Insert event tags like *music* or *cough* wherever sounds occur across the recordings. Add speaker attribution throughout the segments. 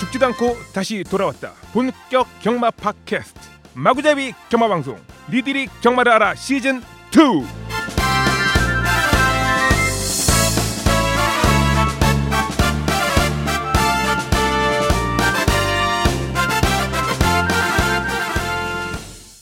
Speaker 1: 듣지도 않고 다시 돌아왔다. 본격 경마 팟캐스트 마구잡이 경마 방송 니들이 경마를 알아 시즌 2.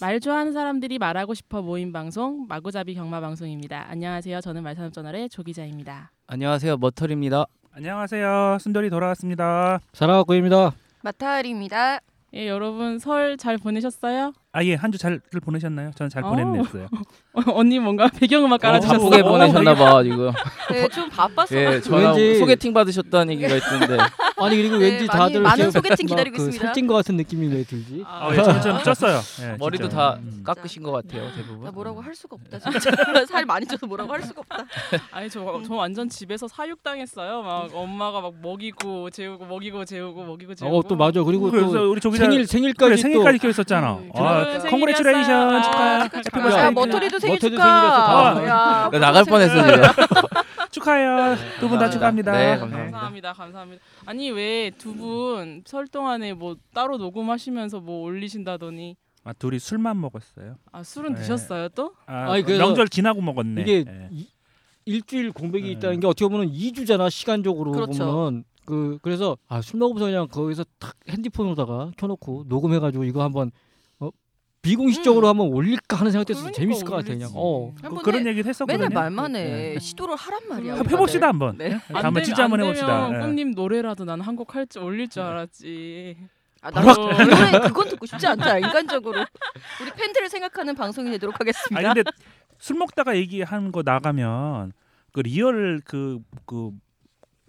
Speaker 2: 말 좋아하는 사람들이 말하고 싶어 모임 방송 마구잡이 경마 방송입니다. 안녕하세요. 저는 말산업 저널의 조 기자입니다.
Speaker 3: 안녕하세요 머털입니다. 어,
Speaker 4: 안녕하세요. 순돌이 돌아왔습니다.
Speaker 5: 사라가고입니다.
Speaker 6: 마타을입니다.
Speaker 2: 예, 여러분 설 잘 보내셨어요? *laughs*
Speaker 4: 아 예, 한 주 잘 보내셨나요? 저는 잘
Speaker 2: 어.
Speaker 4: 보냈어요.
Speaker 2: 언니 뭔가 배경음악 깔아주셨어.
Speaker 3: 바쁘게 보내셨나봐 지금.
Speaker 6: 네, 좀 바빴어.
Speaker 3: 예, 전화
Speaker 5: 왠지-
Speaker 3: 소개팅 받으셨다는 얘기가 있던데.
Speaker 5: 아니
Speaker 6: *laughs*
Speaker 5: 그리고
Speaker 6: 네,
Speaker 5: 왠지
Speaker 6: 많이-
Speaker 5: 다들
Speaker 6: 많은
Speaker 5: 이렇게
Speaker 6: 소개팅
Speaker 5: 막
Speaker 6: 기다리고
Speaker 5: 그
Speaker 6: 있습니다.
Speaker 5: 살찐 것 같은 느낌이 왜 들지?
Speaker 4: 아, 예, 저는 좀 쪘어요. 예,
Speaker 3: 머리도
Speaker 4: 진짜.
Speaker 3: 다
Speaker 4: 음.
Speaker 3: 깎으신 것 같아요 대부분.
Speaker 6: 나 뭐라고 할 수가 없다. 진짜 *laughs* 살 많이 쪄서 뭐라고 할 수가 없다.
Speaker 2: 아니 저, 저 완전 집에서 사육 당했어요. 막 엄마가 막 먹이고 재우고 먹이고 재우고 먹이고 재우고.
Speaker 5: 어또 맞아. 그리고
Speaker 4: 그래서
Speaker 5: 또
Speaker 4: 우리 조기
Speaker 5: 생일
Speaker 4: 그래,
Speaker 5: 생일까지
Speaker 4: 생일까지 껴 있었잖아.
Speaker 2: 음, 저는
Speaker 4: 아, 컨그레츄레이션
Speaker 2: 생일이었어요. 아,
Speaker 4: 축하.
Speaker 2: 축하,
Speaker 4: 해피
Speaker 6: 야,
Speaker 2: 축하.
Speaker 4: 버스데이.
Speaker 6: 머터리도 생일
Speaker 5: 머터리도
Speaker 6: 축하.
Speaker 5: 생일이어서
Speaker 6: 야,
Speaker 3: 네, 나 나갈 뻔했어 지금.
Speaker 4: 축하해요. 두 분
Speaker 3: 감사합니다.
Speaker 4: 다 축하합니다.
Speaker 3: 네, 감사합니다.
Speaker 2: 감사합니다. 감사합니다. 아니 왜 두 분 설 동안에 뭐 따로 녹음하시면서 뭐 올리신다더니
Speaker 4: 아, 둘이 술만 먹었어요.
Speaker 2: 아 술은
Speaker 4: 네.
Speaker 2: 드셨어요 또?
Speaker 4: 아,
Speaker 5: 아니, 그래서
Speaker 4: 명절 지나고 먹었네.
Speaker 5: 이게
Speaker 4: 예.
Speaker 5: 이- 일주일 공백이
Speaker 4: 네.
Speaker 5: 있다는 게 어떻게 보면 2주잖아 시간적으로
Speaker 6: 그렇죠.
Speaker 5: 보면 그 그래서 아 술 먹으면서 그냥 거기서 탁 핸드폰으로다가 켜놓고 녹음해가지고 이거 한번 어, 비공식적으로
Speaker 6: 음.
Speaker 5: 한번 올릴까 하는 생각 들어서
Speaker 2: 그러니까
Speaker 5: 재밌을 것 같아
Speaker 2: 올리지.
Speaker 5: 그냥. 어.
Speaker 6: 한 번에
Speaker 4: 그런 얘기를 했었거든요.
Speaker 6: 맨날 말만 해.
Speaker 4: 예.
Speaker 6: 시도를 하란 말이야.
Speaker 2: 한번
Speaker 6: 우리
Speaker 4: 해봅시다
Speaker 6: 다들.
Speaker 4: 한번.
Speaker 6: 네.
Speaker 2: 안
Speaker 4: 다음에
Speaker 2: 되면-
Speaker 4: 진짜 한번
Speaker 2: 안
Speaker 4: 해봅시다. 네.
Speaker 2: 되면
Speaker 4: 예.
Speaker 2: 꿈님 노래라도 난 한 곡 할 줄 올릴 줄 알았지.
Speaker 6: 아, 나도 원래 그건 듣고 싶지 않다. 인간적으로 우리 팬들을 생각하는 방송이 되도록 하겠습니다.
Speaker 4: 아니 근데 술 먹다가 얘기한 거 나가면 그 리얼 그그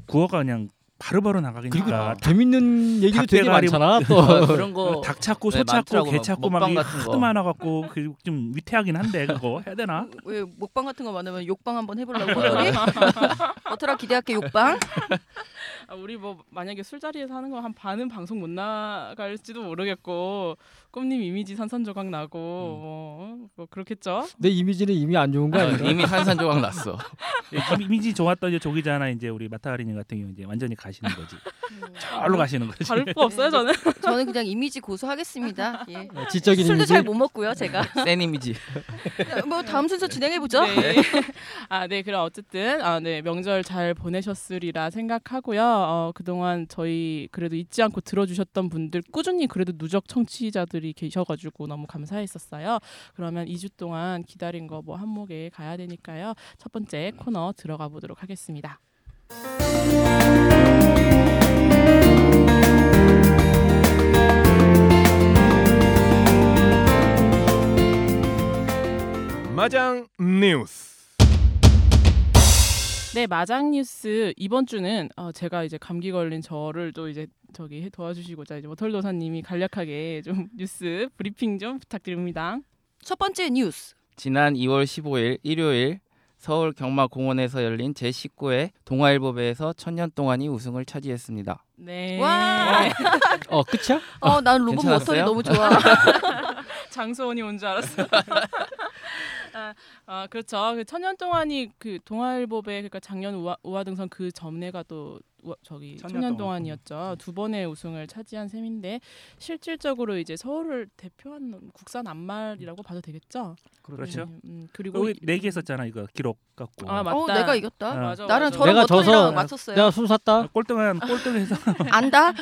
Speaker 4: 구어가 그냥 바로바로 나가니까
Speaker 5: 그리고 재밌는 얘기도 되게
Speaker 4: 닭대가리
Speaker 5: 많잖아. 또 *laughs*
Speaker 3: 어, 그런 거.
Speaker 4: 닭 찾고
Speaker 3: 네,
Speaker 4: 소 찾고
Speaker 3: 많더라고,
Speaker 4: 개
Speaker 3: 막
Speaker 4: 찾고
Speaker 3: 먹방
Speaker 4: 막이
Speaker 3: 같은
Speaker 4: 하도
Speaker 3: 거.
Speaker 4: 많아갖고 그리고 좀 위태하긴 한데 그거 해야 되나?
Speaker 6: 왜 먹방 같은 거 많으면 욕방 한번 해보려고 머터리? 머터라 기대할게 욕방.
Speaker 2: 아, 우리 뭐 만약에 술자리에서 하는 거 한 반은 방송 못 나갈지도 모르겠고 꿈님 이미지 산산조각 나고
Speaker 4: 음.
Speaker 2: 뭐, 뭐
Speaker 4: *laughs*
Speaker 2: 그렇겠죠.
Speaker 5: 내 이미지는 이미 안 좋은 거
Speaker 3: 아,
Speaker 5: 아니야?
Speaker 3: 이미 산산 조각 났어.
Speaker 4: 예, 이미- 이미지 좋았던 이제 조기자나 이제 우리 마타하리님 같은 경우 이제 완전히 가시는 거지. 절로 가시는 거지.
Speaker 2: 다를 거 없어요 저는.
Speaker 6: 저는 그냥 이미지 고소하겠습니다. 예.
Speaker 5: 어, 지적인
Speaker 6: 술도
Speaker 5: 이미지.
Speaker 6: 잘 못 먹고요 제가.
Speaker 3: 센 이미지.
Speaker 6: *laughs* 뭐 다음 순서 진행해 보죠. *laughs*
Speaker 2: 네. 아, 네. 그럼 어쨌든 아, 네. 명절 잘 보내셨으리라 생각하고요. 어, 그동안 저희 그래도 잊지 않고 들어주셨던 분들 꾸준히 그래도 누적 청취자들이 계셔가지고 너무 감사했었어요. 그러면 2주 동안 기다린 거 뭐 한목에 가야 되니까요. 첫 번째 코너 들어가 보도록 하겠습니다.
Speaker 1: 마장 뉴스.
Speaker 2: 네, 마장 뉴스 이번 주는 어, 제가 이제 감기 걸린 저를 또 이제 저기 해- 도와주시고자 이제 모털 도사님이 간략하게 좀 *laughs* 뉴스 브리핑 좀 부탁드립니다.
Speaker 6: 첫 번째 뉴스.
Speaker 3: 지난 2월 15일 일요일 서울 경마공원에서 열린 제19회 동아일보배에서 천년 동안이 우승을 차지했습니다.
Speaker 2: 네.
Speaker 6: 와.
Speaker 5: 어 끝이야?
Speaker 6: 어, 난 로봇
Speaker 3: 괜찮았어요?
Speaker 6: 모터리 너무 좋아.
Speaker 2: 장소원이 온 줄
Speaker 6: *laughs*
Speaker 2: 알았어. 아, 아, 그렇죠. 그 천년 동안이 그 동아일보배 그러니까 작년 우하, 우하등선 그 전해가 또 우하- 저기
Speaker 4: 천년
Speaker 2: 천년
Speaker 4: 동안. 음.
Speaker 2: 동안이었죠. 두 번의 우승을 차지한 셈인데 실질적으로 이제 서울을 대표하는 국산 안말이라고 봐도 되겠죠.
Speaker 4: *laughs* 그렇죠.
Speaker 2: 음, 음, 그리고
Speaker 4: 우리
Speaker 2: 이-
Speaker 4: 내기했었잖아 네 이거 기록 갖고.
Speaker 2: 아, 맞-
Speaker 6: 어,
Speaker 2: 맞다.
Speaker 6: 내가 이겼다.
Speaker 4: 어.
Speaker 2: 맞아,
Speaker 6: 나랑
Speaker 2: 맞아.
Speaker 6: 저랑
Speaker 5: 내가 져서-
Speaker 6: 모터리랑 맞췄어요.
Speaker 5: 내가 술
Speaker 4: 아,
Speaker 5: 샀다.
Speaker 4: 꼴등한 꼴등해서
Speaker 6: 안다.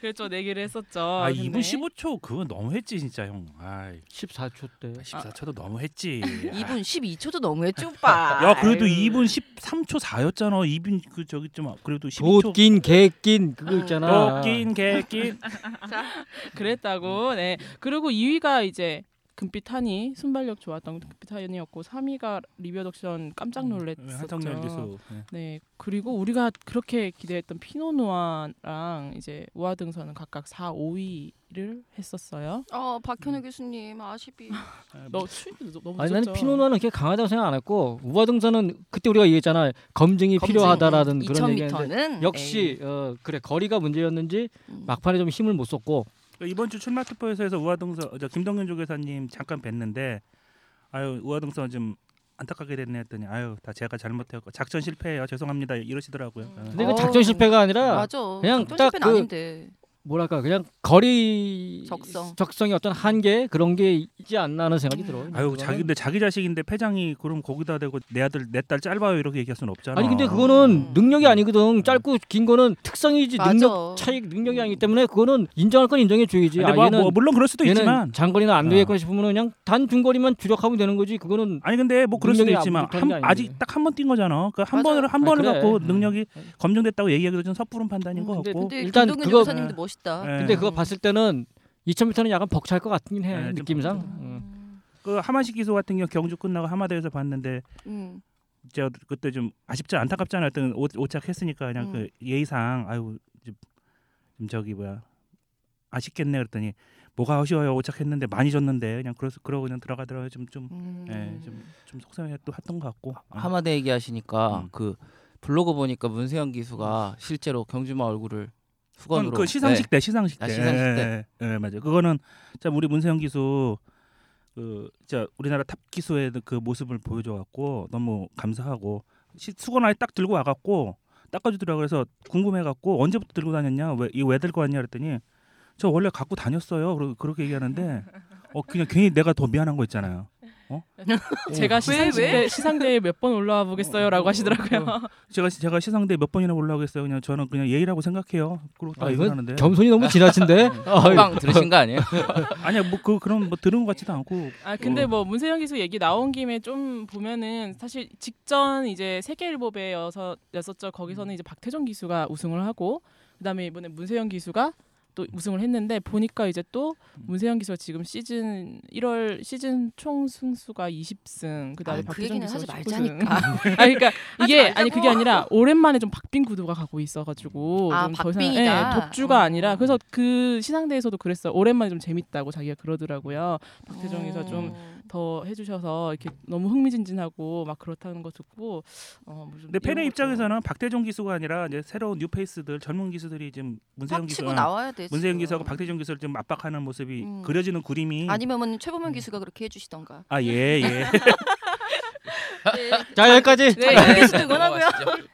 Speaker 2: 그렇죠 내기를 했었죠.
Speaker 4: 아
Speaker 2: 근데
Speaker 4: 2분 15초 그건 너무했지 진짜 형. 아
Speaker 5: 14초 때.
Speaker 4: 14초도 너무했지.
Speaker 6: 2분 12초도 너무했지 오빠.
Speaker 4: 야 그래도
Speaker 6: 아유.
Speaker 4: 2분 13초 4였잖아. 2분 그 저기 좀 그래도 12초.
Speaker 5: 도낀 개낀 그거 있잖아.
Speaker 4: 도끼인 개낀. 음.
Speaker 2: 그랬다고. 네. 그리고 2위가 이제 금빛 한이 순발력 좋았던 금빛 한이었고 3위가 리뷰덕션 깜짝
Speaker 4: 음, 네,
Speaker 2: 놀랐었죠.
Speaker 4: 한성열 기수. 예.
Speaker 2: 네 그리고 우리가 그렇게 기대했던 피노누아랑 이제 우아등선은 각각 4, 5위를 했었어요.
Speaker 6: 어 박현우 교수님 아쉽이.
Speaker 2: 너 수익 너무
Speaker 5: 아니
Speaker 2: 늦었죠.
Speaker 5: 나는 피노나는 그렇게 강하다고 생각 안 했고 우화등산은 그때 우리가 얘기했잖아 검증이 *laughs* 필요하다라는 그런 얘기인데
Speaker 6: 2000m는
Speaker 5: 역시 어, 그래 거리가 문제였는지
Speaker 6: 음.
Speaker 5: 막판에 좀 힘을 못 썼고
Speaker 4: 그러니까 이번 주 어, 출마 투표에서 우화동서 저 김동현 조교사님 잠깐 뵀는데 아유 우화동서 좀 안타깝게 됐네 했더니 아유 다 제가 잘못했고 작전 실패예요 죄송합니다 이러시더라고요.
Speaker 6: 음.
Speaker 4: 어.
Speaker 5: 근데 이거
Speaker 6: 어.
Speaker 5: 작전 실패가 아니라
Speaker 6: 맞아.
Speaker 5: 그냥
Speaker 6: 작전
Speaker 5: 딱
Speaker 6: 실패는
Speaker 5: 그-
Speaker 6: 아닌데.
Speaker 5: 뭐랄까 그냥 거리
Speaker 6: 적성.
Speaker 5: 적성의 어떤 한계 그런 게 있지 않나 하는 생각이 들어요.
Speaker 4: 아유
Speaker 5: 그거는.
Speaker 4: 자기 근데 자기 자식인데 패장이 그럼 거기다 대고 내 아들 내 딸 짧아요 이렇게 얘기할 수는 없잖아. 어.
Speaker 5: 아니 근데 그거는
Speaker 6: 음.
Speaker 5: 능력이 아니거든. 짧고 긴 거는 특성이지
Speaker 6: 맞아.
Speaker 5: 능력 차이 능력이 아니기 때문에 그거는 인정할 건 인정해 줘야지.
Speaker 4: 근데
Speaker 5: 아,
Speaker 4: 뭐,
Speaker 5: 얘는
Speaker 4: 뭐 물론 그럴 수도
Speaker 5: 얘는
Speaker 4: 있지만
Speaker 5: 장거리나 안
Speaker 4: 어.
Speaker 5: 되겠거나 싶으면 그냥 단 중거리만 주력하면 되는 거지. 그거는
Speaker 4: 아니 근데 뭐 그럴 수도
Speaker 5: 능력이
Speaker 4: 있지만
Speaker 5: 아무리
Speaker 4: 한,
Speaker 5: 다른 게
Speaker 4: 아직
Speaker 5: 아닌데.
Speaker 4: 딱 한 번 뛴 거잖아. 그 한
Speaker 6: 맞아.
Speaker 4: 번을 한
Speaker 5: 아,
Speaker 4: 번을
Speaker 5: 그래.
Speaker 4: 갖고
Speaker 5: 음.
Speaker 4: 능력이 검증됐다고 얘기하기도 좀 섣부른 판단인
Speaker 5: 음,
Speaker 4: 것
Speaker 5: 근데-
Speaker 4: 같고.
Speaker 6: 근데
Speaker 5: 일단
Speaker 6: 김동균
Speaker 5: 그거-
Speaker 6: 교사님도 멋있다.
Speaker 4: 예.
Speaker 5: 근데 그거 봤을 때는 2,000m는 약간 벅찰 것 같긴 해
Speaker 4: 네, 좀
Speaker 5: 느낌상. 음.
Speaker 6: 음.
Speaker 4: 그 하마식 기소 같은 경우 경주 끝나고 하마대에서 봤는데
Speaker 6: 음.
Speaker 4: 제가 그때 좀 아쉽지 안타깝잖아요. 어떤 옷- 오착했으니까 그냥
Speaker 6: 음.
Speaker 4: 그 예의상 아유 좀, 좀 저기 뭐야 아쉽겠네 그랬더니 뭐가 아쉬워요 오착했는데 많이 졌는데 그냥 그래서 그러고 그냥 들어가더라고요 좀좀
Speaker 6: 음.
Speaker 2: 네,
Speaker 4: 예, 좀 속상해 또 했던 것 같고
Speaker 3: 하마대 얘기하시니까
Speaker 4: 음.
Speaker 3: 아, 그 블로그 보니까 문세영 기수가 실제로 경주마 얼굴을
Speaker 4: 그건
Speaker 3: 수건으로
Speaker 4: 그 시상식 때 시상식 때
Speaker 3: 아, 시상식
Speaker 4: 예, 예, 예, 맞아요 그거는 참 우리 문세영 기수 그자 우리나라 탑 기수의 그 모습을 보여줘갖고 너무 감사하고 시, 수건 아예 딱 들고 와갖고 닦아주더라고 그래서 궁금해갖고 언제부터 들고 다녔냐 왜 이 왜 들고 왔냐 그랬더니 저 원래 갖고 다녔어요 그러, 그렇게 얘기하는데 어 그냥 괜히 내가 더 미안한 거 있잖아요
Speaker 5: 예.
Speaker 2: 제가 시상식
Speaker 6: 왜?
Speaker 2: 때 시상대에 몇 번 올라와 보겠어요라고 하시더라고요.
Speaker 4: 제가 제가 시상대 몇 번이나 올라오겠어요 그냥 저는 그냥 예의라고 생각해요 그러고 딱
Speaker 5: 아,
Speaker 4: 얘기를
Speaker 5: 이건
Speaker 4: 하는데 네.
Speaker 5: 겸손이
Speaker 4: *laughs*
Speaker 5: 너무 지나친데. 어, 아유.
Speaker 3: 빵 네, 들으신 거 아니에요?
Speaker 4: 아니야 뭐 그 그런 뭐 들은 것 같지도 않고
Speaker 2: 아 근데
Speaker 6: 음.
Speaker 2: 뭐 문세영 기수 얘기 나온 김에 좀 보면은 사실 직전 이제 세계일보배였었죠
Speaker 6: 음.
Speaker 2: 거기서는 이제 박태정 기수가 우승을 하고 그다음에 이번에 문세영 기수가 또 우승을 했는데 보니까 이제 또
Speaker 6: 음.
Speaker 2: 문세영 기수가 지금 시즌 1월 시즌 총 승수가 20승 그다음에
Speaker 6: 아, 그
Speaker 2: 박태정
Speaker 6: 얘기는
Speaker 2: 기수가
Speaker 6: 하지
Speaker 2: 19승. *laughs*
Speaker 6: 말자니까.
Speaker 5: *laughs*
Speaker 2: 아
Speaker 6: *laughs*
Speaker 2: 그러니까 이게 아니
Speaker 6: 말자고.
Speaker 2: 그게 아니라 오랜만에 좀 박빙 구도가 가고 있어가지고
Speaker 6: 아,
Speaker 2: 좀더 이상-
Speaker 6: 박빙이다.
Speaker 2: 예, 독주가
Speaker 6: 어.
Speaker 2: 아니라 그래서 그 시상대에서도 그랬어 오랜만에 좀 재밌다고 자기가 그러더라고요 박태정에서 좀
Speaker 6: 음.
Speaker 2: 더 해주셔서 이렇게 너무 흥미진진하고 막 그렇다는 거 듣고 어, 뭐 좀
Speaker 4: 근데 팬의
Speaker 2: 이런 거 좀-
Speaker 4: 입장에서는 박태종 기수가 아니라 이제 새로운 뉴페이스들 젊은 기수들이 지금 문세영
Speaker 6: 팍
Speaker 4: 기수,
Speaker 6: 치고 나와야 돼.
Speaker 4: 문세영
Speaker 6: 지금.
Speaker 4: 기수하고 박태종 기수를 좀 압박하는 모습이
Speaker 6: 음.
Speaker 4: 그려지는 그림이
Speaker 6: 아니면은 최범현 기수가 그렇게 *laughs* 해주시던가.
Speaker 4: 아예예
Speaker 5: 자 여기까지.
Speaker 6: 네, 최범현 기수도 응원하고요.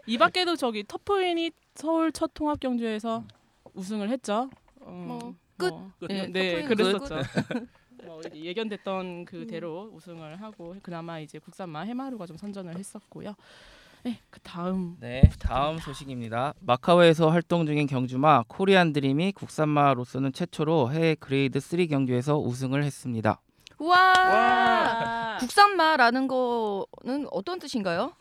Speaker 2: 이 밖에도 저기 터프인이 서울 첫 통합 경주에서
Speaker 4: 음.
Speaker 2: 우승을 했죠. 어,
Speaker 6: 뭐, 끝.
Speaker 2: 뭐,
Speaker 4: 끝.
Speaker 2: 예, 네,
Speaker 6: 터프인
Speaker 2: 그랬었죠. *laughs* 뭐 예견됐던
Speaker 6: 음.
Speaker 2: 그대로 우승을 하고 그나마 이제 국산마 해마루가 좀 선전을 했었고요. 네, 그 다음
Speaker 3: 네, 다음 소식입니다. 마카오에서 활동 중인 경주마 코리안 드림이 국산마로서는 최초로 해외 그레이드 3 경주에서 우승을 했습니다.
Speaker 6: 우와. 아.
Speaker 2: 와.
Speaker 6: 국산마라는 거는 어떤 뜻인가요?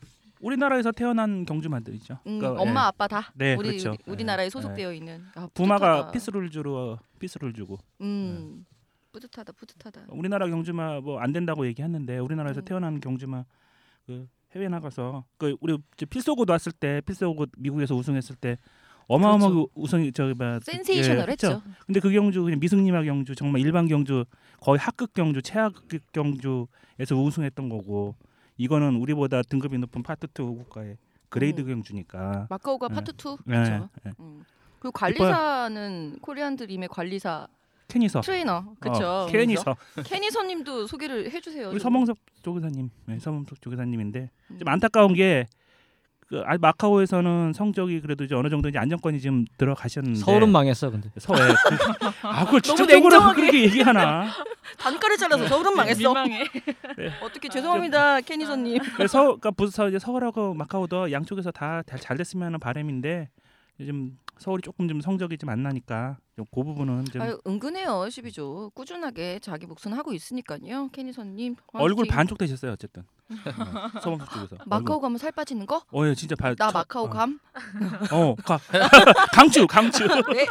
Speaker 4: 우리나라에서 태어난 경주만들이죠.
Speaker 6: 음,
Speaker 4: 그러니까,
Speaker 6: 엄마
Speaker 4: 예.
Speaker 6: 아빠 다
Speaker 4: 네,
Speaker 6: 우리
Speaker 4: 그렇죠.
Speaker 6: 우리, 나라에
Speaker 4: 예,
Speaker 6: 소속되어 있는 아,
Speaker 4: 부마가 예.
Speaker 6: 뿌듯하다.
Speaker 4: 피스를 주로 피스를 주고
Speaker 6: 음 뿌듯하다 뿌듯하다
Speaker 4: 우리나라 경주마 뭐 안 된다고 얘기했는데 우리나라에서
Speaker 6: 음.
Speaker 4: 태어난 경주마 그 해외 나가서 그 우리 이제 필쏘고 왔을 때 필쏘고 미국에서 우승했을 때 어마어마하게 우승이 저기 막
Speaker 6: 그렇죠. 센세이셔널
Speaker 4: 예,
Speaker 6: 했죠
Speaker 4: 근데 그 경주 그냥 미승리마 경주 정말 일반 경주 거의 하급 경주 최하급 경주에서 우승했던 거고 이거는 우리보다 등급이 높은 파트 2 국가의 그레이드
Speaker 6: 음.
Speaker 4: 경주니까
Speaker 6: 마카오가
Speaker 4: 예.
Speaker 6: 파트 2
Speaker 4: 예,
Speaker 6: 그렇죠
Speaker 4: 예.
Speaker 6: 음. 그리고 관리사는 코리안 드림의 관리사
Speaker 4: 캐니서
Speaker 6: 트레이너
Speaker 4: 어,
Speaker 6: 그렇죠
Speaker 4: 캐니서
Speaker 6: 캐니서님도 소개를 해주세요
Speaker 4: 우리
Speaker 6: 좀.
Speaker 4: 서몽석 조교사님 네, 서몽석 조교사님인데
Speaker 6: 음.
Speaker 4: 좀 안타까운 게 그, 아, 마카오에서는 성적이 그래도 이제 어느 정도 이제 안정권이 지금 들어가셨는데
Speaker 5: 서울은 망했어 근데. *laughs*
Speaker 4: 서울 예. 아 그걸 직접적으로 그렇게 얘기하나
Speaker 6: 단가를 잘라서 서울은 망했어
Speaker 2: 네, 민망해.
Speaker 6: 어떻게 죄송합니다
Speaker 4: 아.
Speaker 6: 캐니서님
Speaker 4: 그래서 서울, 그러니까 부서 이제 서울하고 마카오도 양쪽에서 다 잘 됐으면 하는 바람인데 요즘 서울이 조금 좀 성적이 좀 안 나니까 좀 그 부분은 좀
Speaker 6: 아유 은근해요 12조 꾸준하게 자기 목숨 하고 있으니까요 캐니서님
Speaker 4: 얼굴
Speaker 6: 화이팅.
Speaker 4: 반쪽 되셨어요 어쨌든 어, 서방석 쪽에서
Speaker 6: *laughs* 마카오 가면 살 빠지는 거?
Speaker 4: 얼굴. 어, 예, 진짜 발.
Speaker 6: 나
Speaker 4: 첫-
Speaker 6: 마카오
Speaker 4: 어.
Speaker 6: 감?
Speaker 4: 어, 가. *laughs* 강추, 강추.
Speaker 6: 네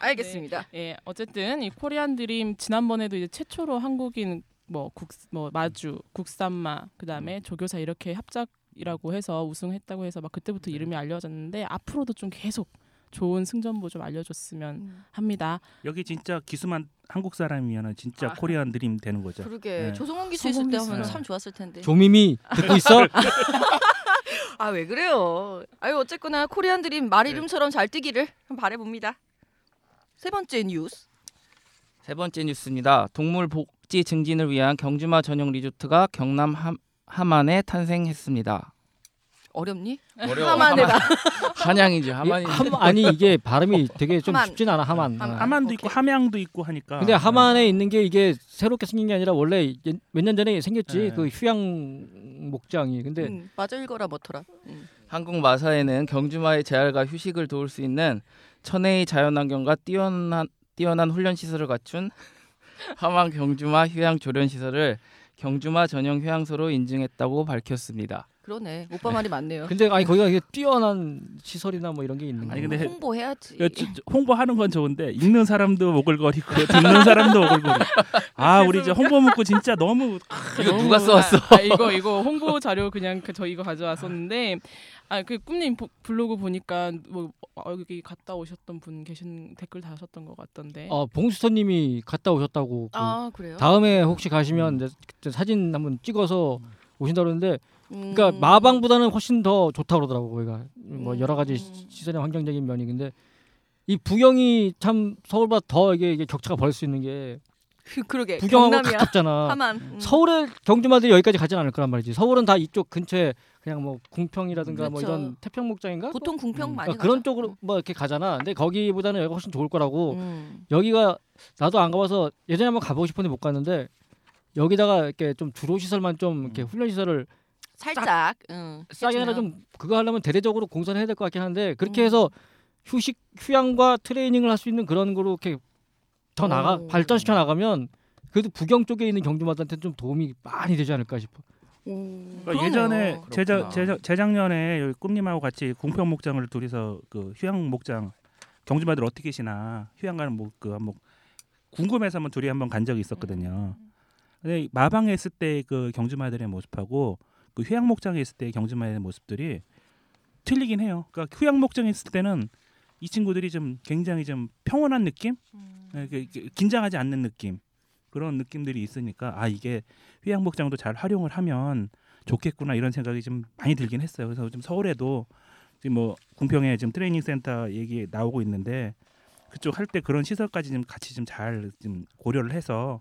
Speaker 6: 알겠습니다
Speaker 2: 예, 어쨌든 이 코리안 드림 지난번에도 이제 최초로 한국인 뭐 국 뭐 마주 국산마 그다음에 조교사 이렇게 합작이라고 해서 우승했다고 해서 막 그때부터 이름이 알려졌는데 앞으로도 좀 계속 좋은 승전보 좀 알려줬으면
Speaker 6: 음.
Speaker 2: 합니다.
Speaker 4: 여기 진짜 기수만 한국 사람이면 진짜
Speaker 2: 아.
Speaker 4: 코리안 드림 되는 거죠.
Speaker 6: 그러게
Speaker 4: 네.
Speaker 6: 조성원 기수 있을 때
Speaker 2: 조성원
Speaker 6: 하면
Speaker 4: 기수.
Speaker 6: 참 좋았을 텐데.
Speaker 5: 조미미 듣고
Speaker 6: *laughs*
Speaker 5: 있어?
Speaker 6: 아 왜 그래요? 아유 어쨌거나 코리안들이 말 이름처럼 잘 뛰기를 한번 바래봅니다. 세 번째 뉴스.
Speaker 3: 세 번째 뉴스입니다. 동물 복지 증진을 위한 경주마 전용 리조트가 경남 함, 하만에 탄생했습니다.
Speaker 6: 어렵니?
Speaker 3: 어려워.
Speaker 6: 하만에다.
Speaker 3: 한양이지
Speaker 5: 이
Speaker 3: 하만이.
Speaker 5: 함, 아니 이게 발음이 되게 좀
Speaker 6: 어, 하만.
Speaker 5: 쉽진 않아 하만.
Speaker 6: 하만.
Speaker 5: 아.
Speaker 4: 하만도
Speaker 6: 오케이.
Speaker 4: 있고 함양도 있고 하니까.
Speaker 5: 근데 하만에 있는 게 이게 새롭게 생긴 게 아니라 원래 몇 년 전에 생겼지
Speaker 4: 네.
Speaker 5: 그 휴양 목장이. 근데
Speaker 6: 음, 맞아 읽어라 뭐더라. 음.
Speaker 3: 한국 마사에는 경주마의 재활과 휴식을 도울 수 있는 천혜의 자연환경과 뛰어난 뛰어난 훈련 시설을 갖춘 *laughs* 하만 경주마 휴양 조련 시설을 경주마 전용 휴양소로 인증했다고 밝혔습니다.
Speaker 6: 그러네. 오빠 말이 맞네요.
Speaker 5: 근데 아니 거기가 이게 뛰어난 시설이나 뭐 이런 게 있는 거.
Speaker 4: 아니, 근데-
Speaker 6: 음, 홍보해야지.
Speaker 4: 그, 저, 저, 홍보하는 건 좋은데 읽는 사람도 오글거리고 *laughs* 듣는 사람도 오글거리고. 아 우리 이제 홍보 문구 진짜 너무
Speaker 3: 이거 누가 써왔어?
Speaker 2: 아, 아, 이거 이거 홍보 자료 그냥 그, 저 이거 가져왔었는데 아 그 꿈님 보- 블로그 보니까 뭐 어, 여기 갔다 오셨던 분 계신 댓글 다셨던 것 같던데.
Speaker 5: 어 봉수터님이 갔다 오셨다고. 그
Speaker 6: 아 그래요?
Speaker 5: 다음에 혹시 가시면 이제 그때 사진 한번 찍어서 오신다 그러는데
Speaker 6: 음.
Speaker 5: 그러니까 마방보다는 훨씬 더 좋다 그러더라고 거기가 뭐
Speaker 6: 음.
Speaker 5: 여러 가지 시- 시설의 환경적인 면이 근데 이 부경이 참 서울보다 더 이게, 이게 격차가 벌 수 있는 게
Speaker 6: *laughs* 그러게.
Speaker 5: 부경하고
Speaker 6: 경남이야. *laughs*
Speaker 5: 가깝잖아.
Speaker 6: 하만. 음.
Speaker 5: 서울의 경주마들이 여기까지 가진 않을 거란 말이지. 서울은 다 이쪽 근처에 그냥 뭐 궁평이라든가 뭐
Speaker 6: 그쵸.
Speaker 5: 이런 태평목장인가
Speaker 6: 보통 궁평
Speaker 3: 음.
Speaker 6: 많이
Speaker 5: 그러니까 그런
Speaker 6: 가죠.
Speaker 5: 쪽으로 뭐 이렇게 가잖아. 근데 거기보다는 여기가 훨씬 좋을 거라고.
Speaker 6: 음.
Speaker 5: 여기가 나도 안 가봐서 예전에 한번 가보고 싶었는데 못 갔는데 여기다가 이렇게 좀 주로 시설만 좀 이렇게 훈련 시설을
Speaker 6: 살짝 음,
Speaker 5: 싸게 하나
Speaker 6: 해주면.
Speaker 5: 좀 그거 하려면 대대적으로 공사를 해야 될 것 같긴 한데 그렇게
Speaker 6: 음.
Speaker 5: 해서 휴식 휴양과 트레이닝을 할 수 있는 그런 거로 이렇게 더 나가
Speaker 6: 오.
Speaker 5: 발전시켜 나가면 그래도 부경 쪽에 있는 경주마들한테 좀 도움이 많이 되지 않을까
Speaker 6: 음.
Speaker 5: 싶어.
Speaker 6: 오,
Speaker 4: 그러니까 예전에
Speaker 6: 그러네요.
Speaker 4: 재작,
Speaker 3: 그렇구나.
Speaker 4: 재작, 재작년에 여기 꿈님하고 같이 공평 목장을 둘이서 그 휴양 목장 경주마들 어떻게 계시나 휴양 가는 뭐그 한번 궁금해서 한번 둘이 한번 간 적이 있었거든요. 근데 이 마방에 있을 때 그 경주마들의 모습하고 그 휴양 목장에 있을 때 경주마들의 모습들이 틀리긴 해요. 그러니까 휴양 목장에 있을 때는 이 친구들이 좀 굉장히 좀 평온한 느낌, 예, 이렇게- 이렇게 긴장하지 않는 느낌 그런 느낌들이 있으니까 아 이게 휴양 목장도 잘 활용을 하면 좋겠구나 이런 생각이 좀 많이 들긴 했어요. 그래서 지금 서울에도 지금 뭐 궁평에 지금 트레이닝 센터 얘기 나오고 있는데 그쪽 할 때 그런 시설까지 좀 같이 좀 잘 좀 고려를 해서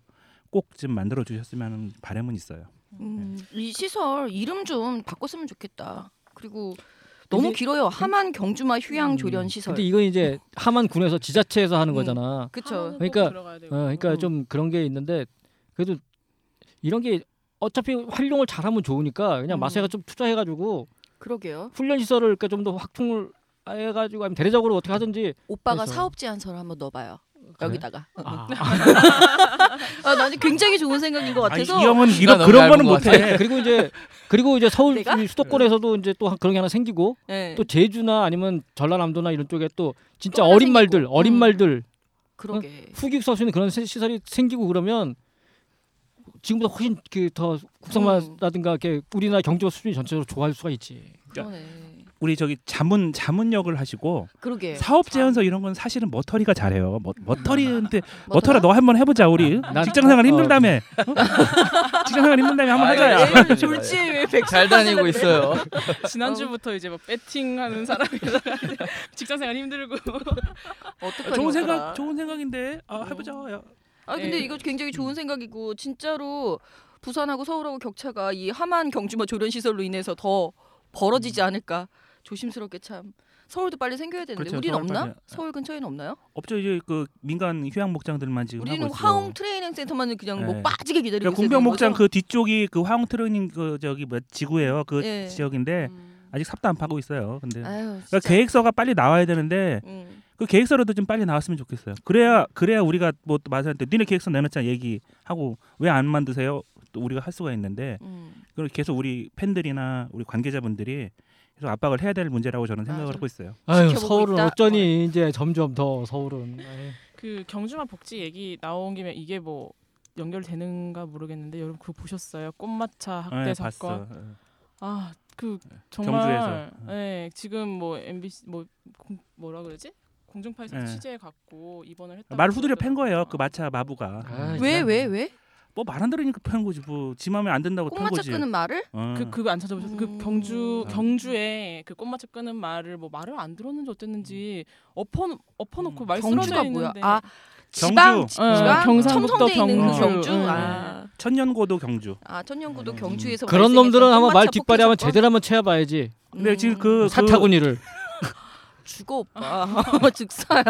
Speaker 4: 꼭 좀 만들어 주셨으면 하는 바람은 있어요.
Speaker 6: 음,
Speaker 4: 네.
Speaker 6: 이 시설 이름 좀 바꿨으면 좋겠다. 그리고 음. 너무 길어요. 하만 경주마 휴양 조련 시설.
Speaker 5: 근데 이건 이제 하만 군에서 지자체에서 하는
Speaker 6: 음.
Speaker 5: 거잖아.
Speaker 6: 그쵸.
Speaker 5: 그러니까-
Speaker 2: 들어가야 되고.
Speaker 5: 어, 그러니까
Speaker 6: 음.
Speaker 5: 좀 그런 게 있는데 그래도 이런 게 어차피 활용을 잘하면 좋으니까 그냥
Speaker 6: 음.
Speaker 5: 마세가 좀 투자해가지고
Speaker 6: 그러게요.
Speaker 5: 훈련 시설을 그러니까 좀 더 확충을 해가지고 아니면 대대적으로 어떻게
Speaker 6: *laughs*
Speaker 5: 하든지
Speaker 6: 오빠가
Speaker 5: 그래서-
Speaker 6: 사업 제안서를 한번 넣어봐요. 여기다가.
Speaker 5: 아,
Speaker 4: *laughs*
Speaker 6: 아, 나는 굉장히 좋은 생각인 것
Speaker 4: 아, 이, 이
Speaker 6: 같아서.
Speaker 4: 형은 이거
Speaker 3: 너무
Speaker 4: 그런
Speaker 3: 얇은
Speaker 4: 거는
Speaker 3: 것
Speaker 4: 못해.
Speaker 5: 그리고 이제 그리고 이제 서울
Speaker 6: 내가?
Speaker 5: 이 수도권에서도 이제 또 한- 그런 게 하나 생기고
Speaker 6: 네.
Speaker 5: 또 제주나 아니면 전라남도나 이런 쪽에 또 진짜
Speaker 6: 또 하나
Speaker 5: 어린
Speaker 6: 생기고.
Speaker 5: 말들 어린
Speaker 6: 음.
Speaker 5: 말들
Speaker 6: 그러게.
Speaker 5: 후기수 없이 있는 그런 시- 시설이 생기고 그러면 지금보다 훨씬
Speaker 6: 음.
Speaker 5: 그더 국산화라든가 이렇게 우리나라 경제 수준이 전체적으로 좋아질 수가 있지.
Speaker 6: 그러네.
Speaker 4: 우리 저기 자문 자문 역을 하시고
Speaker 6: 그러게.
Speaker 4: 사업 제안서 이런 건 사실은 머터리가 잘해요. 머, 머터리한테
Speaker 6: 뭐더라?
Speaker 4: 머터라 너 한번 해보자 우리
Speaker 5: 난-
Speaker 4: 직장생활
Speaker 5: 어.
Speaker 4: 힘들다며 어? 직장생활 힘들다며 한번
Speaker 3: 아,
Speaker 4: 하자
Speaker 3: 예,
Speaker 4: 야
Speaker 3: 예.
Speaker 6: 왜
Speaker 4: *laughs*
Speaker 6: 졸지에
Speaker 4: 네.
Speaker 6: 왜 백수
Speaker 3: 잘 다니고 있어요.
Speaker 2: 지난주부터 이제 막 배팅하는 사람이라 *laughs* 직장생활 힘들고.
Speaker 6: 어떡하니
Speaker 4: 좋은
Speaker 6: 오빠라.
Speaker 4: 생각 좋은 생각인데 아, 해보자 야.
Speaker 6: 아 근데
Speaker 4: 네.
Speaker 2: 예.
Speaker 6: 이거 굉장히
Speaker 4: 음.
Speaker 6: 좋은 생각이고 진짜로 부산하고 서울하고 격차가 이 하만 경주마 조련 시설로 인해서 더 벌어지지
Speaker 4: 음.
Speaker 6: 않을까 조심스럽게 참 서울도 빨리 생겨야 되는데
Speaker 4: 그렇죠,
Speaker 6: 우린
Speaker 4: 서울
Speaker 6: 없나?
Speaker 4: 빨리.
Speaker 6: 서울 근처에는 없나요?
Speaker 4: 없죠 이제 그 민간 휴양 목장들만 지금
Speaker 6: 우리는
Speaker 4: 하고 있어.
Speaker 6: 화웅 트레이닝 센터만 그냥 뭐
Speaker 4: 예.
Speaker 6: 빠지게 기다리고
Speaker 4: 그러니까
Speaker 6: 있어야
Speaker 4: 궁평
Speaker 6: 되는
Speaker 4: 목장
Speaker 6: 거죠?
Speaker 4: 그 뒤쪽이 그 화웅 트레이닝 그 저기 뭐 지구예요 그
Speaker 6: 예.
Speaker 4: 지역인데
Speaker 2: 음.
Speaker 4: 아직 삽도 안 파고 있어요. 근데
Speaker 6: 아유 진짜
Speaker 4: 그러니까 계획서가 빨리 나와야 되는데
Speaker 6: 음.
Speaker 4: 그 계획서라도 좀 빨리 나왔으면 좋겠어요. 그래야 그래야 우리가 뭐마사한테 니네 계획서 내놓자 얘기하고 왜 안 만드세요? 또 우리가 할 수가 있는데
Speaker 6: 음.
Speaker 4: 그걸 계속 우리 팬들이나 우리 관계자분들이 계속 압박을 해야 될 문제라고 저는 생각을
Speaker 6: 맞아.
Speaker 4: 하고 있어요.
Speaker 5: 아유
Speaker 6: 지켜보고
Speaker 5: 서울은
Speaker 6: 있다. 음.
Speaker 5: 어쩌니 이제 점점 더 서울은 아유.
Speaker 2: 그 경주마 복지 얘기 나온 김에 이게 뭐 연결되는가 모르겠는데 여러분 그거 보셨어요? 꽃마차 학대
Speaker 4: 예,
Speaker 2: 사건.
Speaker 4: 봤어. 예.
Speaker 2: 아 그 정말
Speaker 4: 네, 경주에서.
Speaker 2: 예 지금 뭐 MBC 뭐 공, 뭐라 그러지 공중파에서
Speaker 4: 예.
Speaker 2: 취재 에 갖고 입원을 했다
Speaker 6: 어.
Speaker 4: 말 후드려 팬 거예요. 그 마차 마부가.
Speaker 5: 아,
Speaker 6: 왜 왜, 왜?
Speaker 4: 뭐 말안 들으니까 편 거지 뭐지 마음에 안 든다고 편
Speaker 6: 꽁마차
Speaker 4: 거지.
Speaker 6: 끄는 말을?
Speaker 4: 어.
Speaker 2: 그 그거 안 찾아보셨어요? 그
Speaker 6: 음.
Speaker 2: 경주
Speaker 4: 아.
Speaker 2: 경주에 그 꽃마차 끄는 말을 뭐 말을 안 들었는지 어땠는지 엎어 엎어놓고
Speaker 4: 음.
Speaker 2: 말 쓰러져
Speaker 6: 경주가 뭐야?
Speaker 2: 있는데
Speaker 6: 아
Speaker 4: 경주.
Speaker 6: 지방 지-
Speaker 2: 어,
Speaker 6: 지방
Speaker 2: 경상북도
Speaker 6: 첨성대 있는 그
Speaker 4: 경주.
Speaker 6: 경주
Speaker 2: 음.
Speaker 6: 아,
Speaker 4: 천년고도 경주.
Speaker 6: 아 천년구도
Speaker 4: 음.
Speaker 6: 경주에서
Speaker 5: 그런
Speaker 6: 발생했던
Speaker 5: 놈들은 한번 말
Speaker 6: 똥마차
Speaker 5: 뒷발이 한번
Speaker 6: 폭행
Speaker 5: 제대로 한번 채워봐야지.
Speaker 6: 사건?
Speaker 4: 근데 지금 그, 그
Speaker 5: 사타구니를.
Speaker 6: 죽어 오빠 *laughs* 즉사야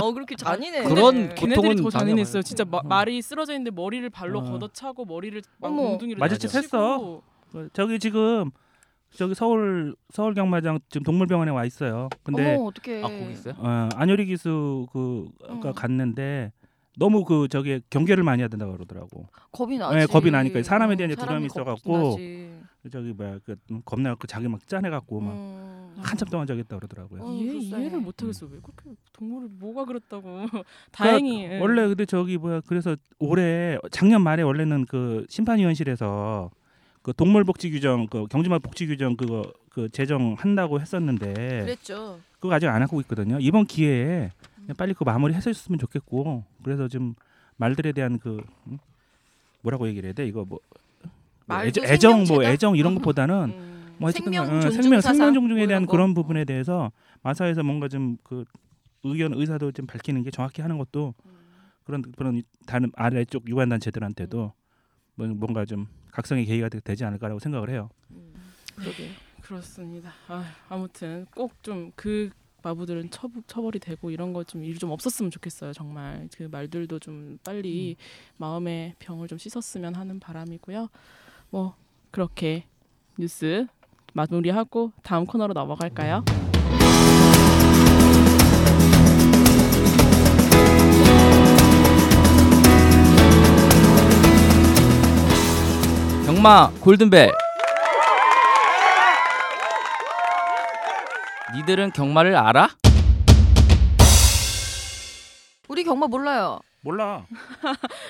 Speaker 6: 어 그렇게 잔인해
Speaker 5: 그런 고-
Speaker 2: 걔네들이
Speaker 5: 보통은
Speaker 2: 더
Speaker 5: 당연히
Speaker 2: 잔인했어요. 진짜 마-
Speaker 5: 음.
Speaker 2: 말이 쓰러져 있는데 머리를 발로
Speaker 5: 어.
Speaker 2: 걷어차고 머리를 막
Speaker 6: 어머.
Speaker 2: 몽둥이로
Speaker 4: 마주치
Speaker 2: 치고.
Speaker 4: 샜어. 그, 저기 지금 저기 서울 서울 경마장 지금 동물병원에 와 있어요. 근데
Speaker 6: 어머 어떡해
Speaker 3: 아 거기 있어요?
Speaker 4: 어, 안효리 기수 그 아까
Speaker 6: 음.
Speaker 4: 갔는데 너무 그 저기 경계를 많이 해야 된다 고 그러더라고.
Speaker 6: 겁이 나지
Speaker 4: 네, 겁이 나니까 사람에
Speaker 6: 음,
Speaker 4: 대한 이제 두려움이
Speaker 6: 사람이 겁
Speaker 4: 있어갖고.
Speaker 6: 나지.
Speaker 4: 저기 뭐야 그 겁나갖고 자기 막 짠해갖고 뭐 막
Speaker 6: 음.
Speaker 4: 한참 동안 저기 있다 그러더라고요.
Speaker 6: 어,
Speaker 2: 이해
Speaker 6: 불쌍해.
Speaker 2: 이해를 못 하겠어. 왜 그렇게 동물을 뭐가 그렇다고. *laughs*
Speaker 5: 그러니까
Speaker 2: 다행히 예.
Speaker 4: 원래 근데 저기 뭐야 그래서 올해 작년 말에 원래는 그 심판위원실에서 그 동물복지 규정 그 경주마 복지 규정 그거 그 제정 한다고 했었는데
Speaker 6: 그랬죠
Speaker 4: 그거 아직 안 하고 있거든요. 이번 기회에 그냥 빨리 그 마무리 했었으면 좋겠고 그래서 좀 말들에 대한 그 음? 뭐라고 얘기를 해야 돼 이거 뭐, 뭐
Speaker 6: 말도
Speaker 4: 애정, 애정 뭐
Speaker 6: 생명체다?
Speaker 4: 애정 이런 것보다는
Speaker 6: 음.
Speaker 4: 뭐 어쨌든
Speaker 6: 생명
Speaker 4: 어,
Speaker 6: 존중
Speaker 4: 생명
Speaker 6: 사상
Speaker 4: 생명 존중에
Speaker 6: 뭐
Speaker 4: 대한
Speaker 6: 이런 거.
Speaker 4: 그런 부분에 대해서 마사에서 뭔가 좀 그 의견 의사도 좀 밝히는 게 정확히 하는 것도 그런 그런 다른 아래쪽 유관 단체들한테도 뭐 뭔가 좀 각성의 계기가 되- 되지 않을까라고 생각을 해요.
Speaker 6: 음, 그러게.
Speaker 2: 그렇습니다. 아, 무튼 꼭 좀 그 마부들은 처부, 처벌이 되고 이런 거 좀 일이 좀 없었으면 좋겠어요. 정말 그 말들도 좀 빨리 마음의 병을 좀 씻었으면 하는 바람이고요. 뭐 그렇게 뉴스 마무리하고 다음 코너로 넘어갈까요?
Speaker 3: 경마 골든벨 니들은 경마를 알아?
Speaker 6: 우리 경마 몰라요
Speaker 4: 몰라.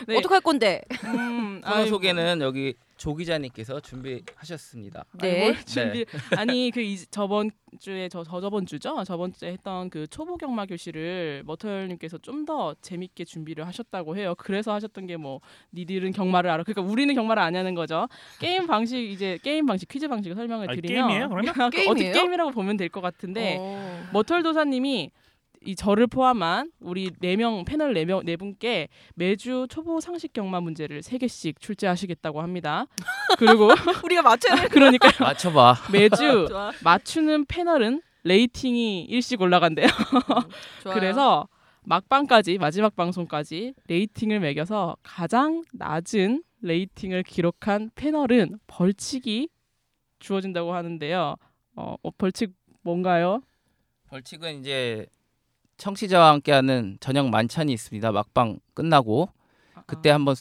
Speaker 2: 네.
Speaker 6: 어떡할 건데
Speaker 2: 음,
Speaker 3: 코너 소개는 여기 조 기자님께서
Speaker 4: *laughs*
Speaker 3: 준비하셨습니다.
Speaker 6: 네.
Speaker 2: 네. 준비 아니 그 이- 저번 주에 저, 저 저번 주죠 아, 저번 주에 했던 그 초보 경마 교실을 머털님께서 좀 더 재밌게 준비를 하셨다고 해요 그래서 하셨던 게 뭐 니들은 경마를 알아 그러니까 우리는 경마를 아냐는 거죠 게임 방식 이제 게임 방식 퀴즈 방식을 설명을
Speaker 4: 아니,
Speaker 2: 드리면
Speaker 4: 게임이에요, 그러면?
Speaker 2: *laughs* 어떻게
Speaker 6: 게임이에요?
Speaker 2: 게임이라고 보면 될 것 같은데
Speaker 6: 어.
Speaker 2: 머털 도사님이 이 저를 포함한 우리 네 명 패널 네 명 네 분께 매주 초보 상식 경마 문제를 세 개씩 출제하시겠다고 합니다.
Speaker 6: *laughs*
Speaker 2: 그리고
Speaker 6: 우리가 맞춰야 돼
Speaker 2: 그러니까
Speaker 3: 맞춰봐.
Speaker 2: 매주
Speaker 6: 좋아
Speaker 2: 맞추는 패널은 레이팅이 일씩 올라간대요.
Speaker 6: 좋아요.
Speaker 2: 그래서 막방까지 마지막 방송까지 레이팅을 매겨서 가장 낮은 레이팅을 기록한 패널은 벌칙이 주어진다고 하는데요. 어, 어, 벌칙 뭔가요?
Speaker 3: 벌칙은 이제 청취자와 함께하는 저녁 만찬이 있습니다. 막방 끝나고 그때 한번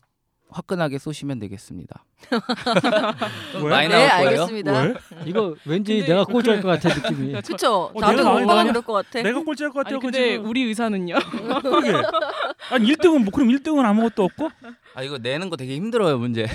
Speaker 3: 화끈하게 쏘시면 되겠습니다. 좀
Speaker 4: 왜?
Speaker 3: 많이
Speaker 6: 네
Speaker 3: 나올 거예요.
Speaker 6: 알겠습니다
Speaker 4: 왜?
Speaker 6: *laughs*
Speaker 5: 이거 왠지
Speaker 2: 근데
Speaker 5: 내가
Speaker 6: 그
Speaker 5: 꼬질 것 같아 느낌이.
Speaker 6: 그쵸
Speaker 4: 어,
Speaker 6: 나도
Speaker 4: 내가 나와야
Speaker 6: 오빠가
Speaker 4: 되냐?
Speaker 6: 그럴 것 같아
Speaker 4: 내가 꼴찌할 것 같아요. 그
Speaker 2: 아니 근데
Speaker 4: 지금.
Speaker 2: 우리 의사는요? *laughs*
Speaker 4: 그러게. 아니 1등은 뭐 그럼 1등은 아무것도 없고?
Speaker 3: 아 이거 내는 거 되게 힘들어요 문제.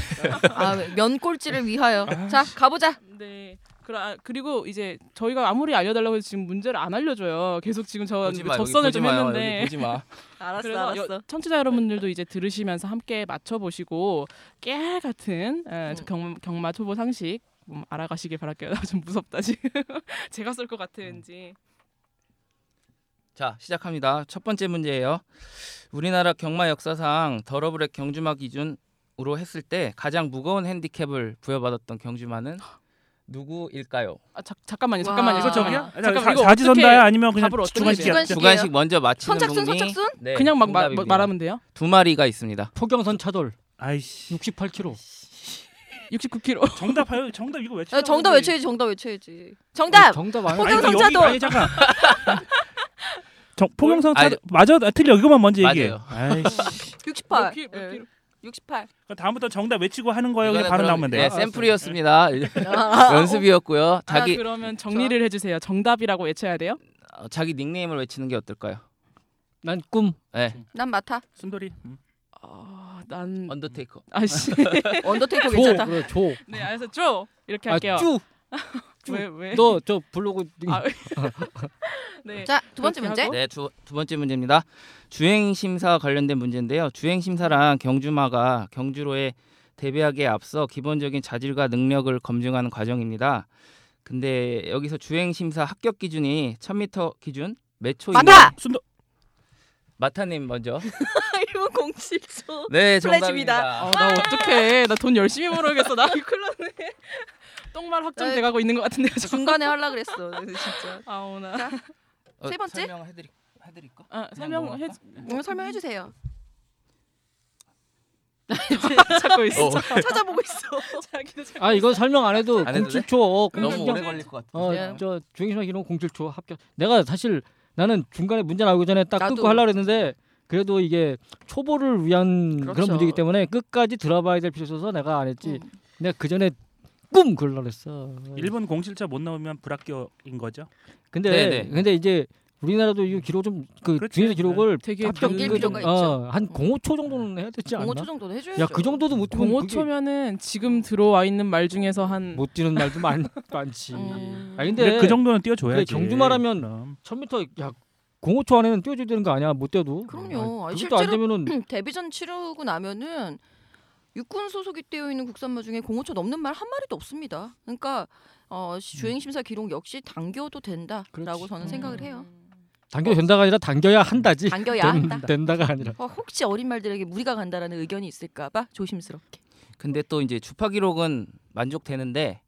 Speaker 6: 아, 면꼴찌를 위하여
Speaker 4: 아.
Speaker 6: 자 가보자
Speaker 2: 네. 그라, 그리고 이제 저희가 아무리 알려달라고 해서 지금 문제를 안 알려줘요. 계속 지금 저
Speaker 3: 보지 마, 여기
Speaker 2: 접선을
Speaker 3: 보지
Speaker 2: 좀
Speaker 3: 마요,
Speaker 2: 했는데
Speaker 3: 여기 보지 마.
Speaker 6: 알았어
Speaker 2: 그래서 여- 청취자 여러분들도 이제 들으시면서 함께 맞춰보시고 깨알 같은 에, 저 경, 경마 초보 상식 음, 알아가시길 바랄게요. 좀 무섭다 지금. *laughs* 제가 쓸 것 같아 왠지.
Speaker 3: *laughs* 자 시작합니다. 첫 번째 문제예요. 우리나라 경마 역사상 더러블의 경주마 기준으로 했을 때 가장 무거운 핸디캡을 부여받았던 경주마는 누구일까요?
Speaker 2: 아 자, 잠깐만요. 잠깐만요.
Speaker 6: 이거 저기요?
Speaker 2: 잠깐만,
Speaker 4: 아, 자, 사,
Speaker 2: 이거 어떻게
Speaker 4: 사지선다야 아니면 그냥
Speaker 2: 답을 어떻게
Speaker 4: 주관식이야?
Speaker 6: 내요?
Speaker 4: 자,
Speaker 3: 주관식 먼저 맞히는
Speaker 6: 선착순,
Speaker 3: 동이
Speaker 6: 선착순?
Speaker 3: 네,
Speaker 2: 그냥 막 마, 뭐
Speaker 3: 정답입니다.
Speaker 2: 말하면 돼요?
Speaker 3: 두 마리가 있습니다.
Speaker 5: 포경선 차돌
Speaker 4: 아이씨
Speaker 5: 68kg.
Speaker 2: 69kg.
Speaker 4: 정답하요 정답 이거 외쳐
Speaker 6: 야, 아, 정답 외쳐야지 정답 외쳐야지 정답
Speaker 5: 어, 정답 아니
Speaker 6: 포경-
Speaker 4: 어, 아니, 그
Speaker 6: 포경성차도!
Speaker 4: 여기- 아니, 잠깐 정, 포경성
Speaker 3: 아니,
Speaker 4: 차도 맞아 아, 틀려 이거만 먼저
Speaker 3: 맞아요.
Speaker 4: 얘기해 아이씨
Speaker 6: 68
Speaker 2: 몇 킬- 몇 킬로?
Speaker 6: 68
Speaker 4: 그럼 다음부터 정답 외치고 하는 거예요
Speaker 3: 이거는
Speaker 4: 그냥 어, 바로
Speaker 3: 그럼-
Speaker 4: 나오면 돼요 아, 네.
Speaker 3: 네, 샘플이었습니다. 예.
Speaker 6: 아.
Speaker 3: *laughs* 연습이었고요.
Speaker 2: 자기
Speaker 3: 자기
Speaker 2: 그러면 정리를 해주세요. 정답이라고 외쳐야 돼요?
Speaker 3: 어, 자기 닉네임을 외치는 게 어떨까요?
Speaker 5: 난 꿈.
Speaker 6: 어,
Speaker 3: 네,
Speaker 6: 난 맡아
Speaker 4: 순돌이 음.
Speaker 2: 어, 난
Speaker 3: 언더테이커.
Speaker 2: 아씨.
Speaker 6: 언더테이커
Speaker 5: 조.
Speaker 6: 괜찮다
Speaker 5: 그래, 조.
Speaker 2: 네, 알았어. 쭉 이렇게
Speaker 5: 아,
Speaker 2: 할게요.
Speaker 5: 쭉.
Speaker 2: 왜 왜?
Speaker 5: 너 저 블로그
Speaker 6: *laughs*
Speaker 2: 아, *laughs* 네.
Speaker 6: 자, 두
Speaker 2: 그렇게
Speaker 6: 번째
Speaker 5: 뭐?
Speaker 6: 문제.
Speaker 2: 하고.
Speaker 3: 네, 두, 두 번째 문제입니다. 주행 심사와 관련된 문제인데요. 주행 심사란 경주마가 경주로에 대비하기에 앞서 기본적인 자질과 능력을 검증하는 과정입니다. 근데 여기서 주행 심사 합격 기준이 1000m 기준 몇 초이냐?
Speaker 6: 맞다!
Speaker 4: 순도
Speaker 3: 마타님
Speaker 6: *laughs*
Speaker 3: 먼저.
Speaker 6: 1분 07초.
Speaker 3: 네,
Speaker 6: 플래시입니다.
Speaker 3: 정답입니다.
Speaker 2: 어, 나 어떡해. 나 돈 열심히 벌어야겠어. 나 *laughs* 큰일 났네. 똥말 확정돼 가고 있는 것 같은데요. 저.
Speaker 6: 중간에 하려 그랬어. 진짜.
Speaker 2: 아, 오나.
Speaker 3: 어,
Speaker 6: 세 번째?
Speaker 3: 설명해드릴 해드릴까?
Speaker 2: 아, 설명해 주-
Speaker 6: 오늘 설명해 주세요.
Speaker 2: 찾고 있어.
Speaker 3: 어.
Speaker 6: 찾아보고 있어.
Speaker 2: 자기도 찾고
Speaker 5: 아 이거 설명 안 해도
Speaker 3: 안 해도 돼?
Speaker 5: 07초
Speaker 3: 너무
Speaker 6: 그냥-
Speaker 3: 오래 걸릴 것 예. 같아요.
Speaker 5: 어저 중심화 기록 07초 합격. 내가 사실 나는 중간에 문제 나오기 전에 딱
Speaker 6: 나도.
Speaker 5: 끊고 하려고 했는데 그래도 이게 초보를 위한 그런
Speaker 6: 그렇죠.
Speaker 5: 문제이기 때문에 끝까지 들어봐야 될 필요 있어서 내가 안 *laughs* 했지.
Speaker 6: 음.
Speaker 5: 내가 그 전에 꿈 그걸라 그랬어.
Speaker 4: 1분 07차 못 나오면 불합격인 거죠.
Speaker 5: 근데
Speaker 3: 네네.
Speaker 5: 근데 이제 우리나라도 이 기록 좀그
Speaker 4: 그렇지.
Speaker 5: 중에서 기록을
Speaker 2: 되게
Speaker 5: 합격
Speaker 6: 네. 당길
Speaker 5: 그 좀-
Speaker 6: 필요가
Speaker 5: 어, 한 05초 정도는 해야 되지 않나?
Speaker 6: 05초 정도는 해줘야죠.
Speaker 5: 야 그 정도도 못 뛰면 그게
Speaker 2: 05초면은 지금 들어와 있는 말 중에서 한
Speaker 5: 못 뛰는 말도 많, *laughs* 많지.
Speaker 6: 음.
Speaker 5: 아
Speaker 4: 근데,
Speaker 5: 근데
Speaker 4: 그 정도는 뛰어줘야지.
Speaker 5: 그래, 경주마라면
Speaker 4: 그럼.
Speaker 5: 1000m 야 05초 안에는 뛰어줘야 되는 거 아니야? 못 뛰어도.
Speaker 6: 그럼요.
Speaker 5: 아,
Speaker 6: 아니,
Speaker 5: 그것도 안
Speaker 6: 실제로-
Speaker 5: 되면은
Speaker 6: 음, *clears throat* 데뷔전 치르고 나면은 육군 소속이 되어 있는 국산마 중에 공호처 넘는 말 한 마리도 없습니다. 그러니까 어, 시- 주행 심사 기록 역시 당겨도 된다라고
Speaker 5: 음. 그렇지.
Speaker 6: 저는 음. 생각을 해요.
Speaker 5: 당겨 된다가 아니라 당겨야 한다지.
Speaker 6: 당겨야
Speaker 5: 된,
Speaker 6: 한다.
Speaker 5: 된다가 아니라.
Speaker 6: 어, 혹시 어린 말들에게 무리가 간다라는 의견이 있을까봐 조심스럽게.
Speaker 3: 근데 또 이제 주파 기록은 만족되는데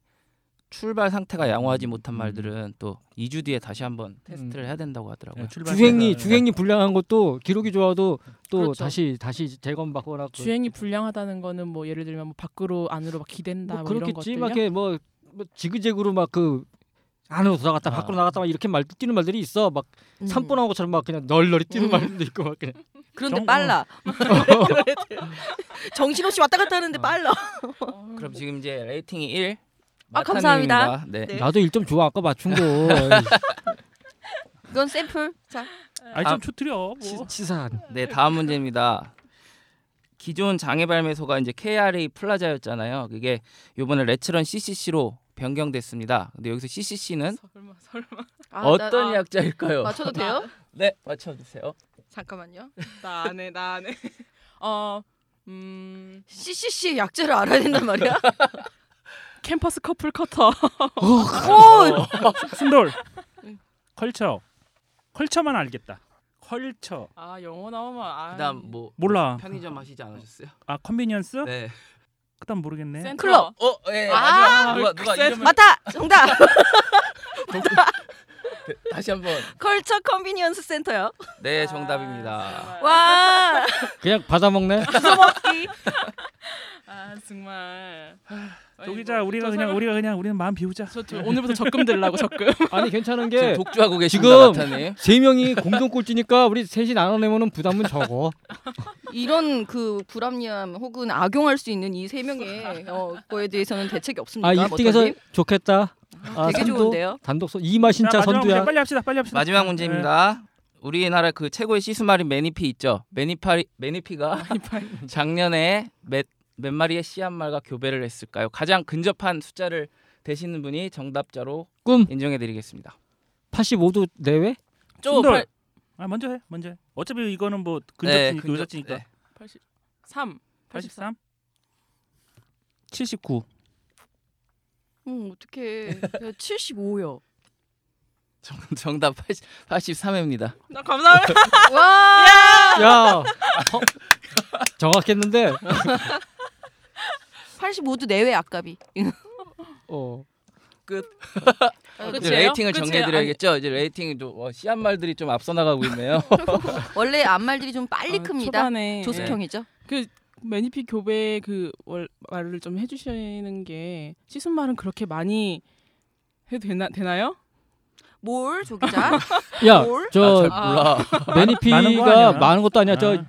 Speaker 3: 출발 상태가 양호하지 못한 말들은 또 2주 뒤에 다시 한번 테스트를 해야 된다고 하더라고요.
Speaker 4: 네, 출발
Speaker 5: 주행이
Speaker 4: 시간을-
Speaker 5: 주행이 불량한 것도 기록이 좋아도 또
Speaker 6: 그렇죠.
Speaker 5: 다시 다시 재검받거나 그-
Speaker 2: 주행이 불량하다는 거는 뭐 예를 들면 뭐 밖으로 안으로 막 기댄다
Speaker 5: 뭐
Speaker 2: 뭐 이런
Speaker 5: 그렇겠지 막
Speaker 2: 것들요. *laughs*
Speaker 5: 이렇게 뭐, 뭐 지그재그로 막 그 안으로 들어갔다 밖으로 나갔다 막 이렇게 말 뛰는 말들이 있어 막
Speaker 6: 음.
Speaker 5: 산보 나온 것처럼 막 그냥 널널히 뛰는
Speaker 6: 음.
Speaker 5: 말들도 있고 막 그냥
Speaker 6: 그런데
Speaker 4: 정-
Speaker 6: *laughs* 빨라. 정신없이 왔다 갔다 하는데 빨라.
Speaker 3: 그럼 지금 이제 레이팅이 1.
Speaker 6: 음. 아, 감사합니다.
Speaker 3: 마타님입니다. 네.
Speaker 6: 네.
Speaker 5: 나도 1점 좋아 아까 맞춘 *laughs* 거
Speaker 6: 이건 샘플. 자,
Speaker 4: 아니
Speaker 3: 아,
Speaker 4: 좀 초트려. 뭐.
Speaker 5: 치- 치사한
Speaker 3: 네, 다음 문제입니다. 기존 장애 발매소가 이제 KRA 플라자였잖아요. 그게 요번에 레츠런 CCC로 변경됐습니다. 근데 여기서 CCC는
Speaker 2: 설마 설마.
Speaker 6: 아,
Speaker 3: 어떤
Speaker 6: 나- 아,
Speaker 3: 약자일까요?
Speaker 6: 맞춰도 돼요?
Speaker 3: 네, 맞춰 주세요.
Speaker 6: 잠깐만요.
Speaker 2: 나 안 해, 나 안 해. *laughs* 어, 음,
Speaker 6: CCC 의 약자를 알아야 된단 *laughs* 말이야.
Speaker 2: 캠퍼스 커플 커터.
Speaker 6: 오,
Speaker 4: 순돌. 컬처. 컬처만 알겠다. 컬처.
Speaker 2: 아, 영어 나오면 아.
Speaker 3: 그다음 뭐
Speaker 4: 몰라.
Speaker 3: 편의점 하시지 않으셨어요?
Speaker 4: 아 컨비니언스?
Speaker 3: 네.
Speaker 4: 그다음 모르겠네.
Speaker 2: 센터.
Speaker 6: 클럽.
Speaker 3: 어, 예, 네,
Speaker 6: 아,
Speaker 3: 맞아. 누가 누가
Speaker 2: 글쎄.
Speaker 3: 이름을
Speaker 6: 맞다. 정답.
Speaker 3: 다시 한번.
Speaker 6: *laughs* 컬처 컨비니언스 센터요.
Speaker 3: 네, 정답입니다.
Speaker 2: 아, 정말.
Speaker 6: 와,
Speaker 5: 그냥 받아먹네
Speaker 6: 주워먹기.
Speaker 2: 아, 정말. 아니,
Speaker 4: 여기자
Speaker 2: 뭐,
Speaker 4: 우리가
Speaker 2: 저
Speaker 4: 그냥
Speaker 2: 설마-
Speaker 4: 우리가 그냥 우리는 마음 비우자.
Speaker 2: 저, 저 오늘부터 적금 들라고 적금.
Speaker 5: 아니
Speaker 3: 지금
Speaker 5: 괜찮은 게
Speaker 3: 독주하고
Speaker 5: 예. 지금-
Speaker 3: 계십니다, 마타님.
Speaker 5: 세 명이 공동 꼴찌니까 우리 셋이 나눠내면은 부담은 적어
Speaker 6: 이런 그 불합리함 혹은 악용할 수 있는 이 세 명의 어, 거에 대해서는 대책이 없습니까? 뭐
Speaker 5: 아 1등에서
Speaker 6: 음. 머터님?
Speaker 5: 좋겠다 아,
Speaker 6: 되게
Speaker 5: 선두,
Speaker 6: 좋은데요.
Speaker 5: 단독선 이마
Speaker 4: 자,
Speaker 5: 신짜
Speaker 4: 마지막 문제
Speaker 5: 선두야
Speaker 4: 빨리 합시다. 빨리 합시다.
Speaker 3: 마지막 문제입니다. 우리나라 그 최고의 시스마린 매니피 있죠. 매니파 매니피가 작년에 몇, 몇 마리의 씨앗말과 교배를 했을까요? 가장 근접한 숫자를 되시는 분이 정답자로
Speaker 5: 꿈
Speaker 3: 인정해드리겠습니다.
Speaker 5: 85도 내외
Speaker 4: 네. 순돌.
Speaker 2: 팔-
Speaker 4: 아 먼저 해. 먼저 해. 어차피 이거는 뭐
Speaker 3: 네,
Speaker 4: 근접치니까
Speaker 3: 근접-
Speaker 4: 여자치니까.
Speaker 3: 네.
Speaker 2: 3.
Speaker 4: 83. 79.
Speaker 6: 음, 어떻게 75요.
Speaker 3: *laughs* 정- 정답 80, 83회입니다.
Speaker 2: 나 감사합니다.
Speaker 6: 와,
Speaker 5: 야 어, 정확했는데
Speaker 6: 85도 내외 악값이.
Speaker 5: 어
Speaker 3: 이제
Speaker 2: 끝이에요? 끝이에요?
Speaker 3: 레이팅을 정해드려야겠죠. 이제 레이팅이 좀 어, 씨앗말들이 좀 앞서 나가고 있네요.
Speaker 6: 원래 암말들이 좀 빨리
Speaker 2: 아,
Speaker 6: 큽니다.
Speaker 2: 초반에 예. 네.
Speaker 6: 조숙형이죠.
Speaker 2: 매니피 교배 그 월- 말을 좀 해주시는 게 씻은 말은 그렇게 많이 해도 되나 되나요?
Speaker 6: 뭘 *laughs* 조기자?
Speaker 5: 야,
Speaker 6: 뭘?
Speaker 5: 저
Speaker 3: 아, 잘 몰라.
Speaker 4: 많은 거 아니야?
Speaker 5: 매니피가 많은 것도 아니야. 저
Speaker 4: 아,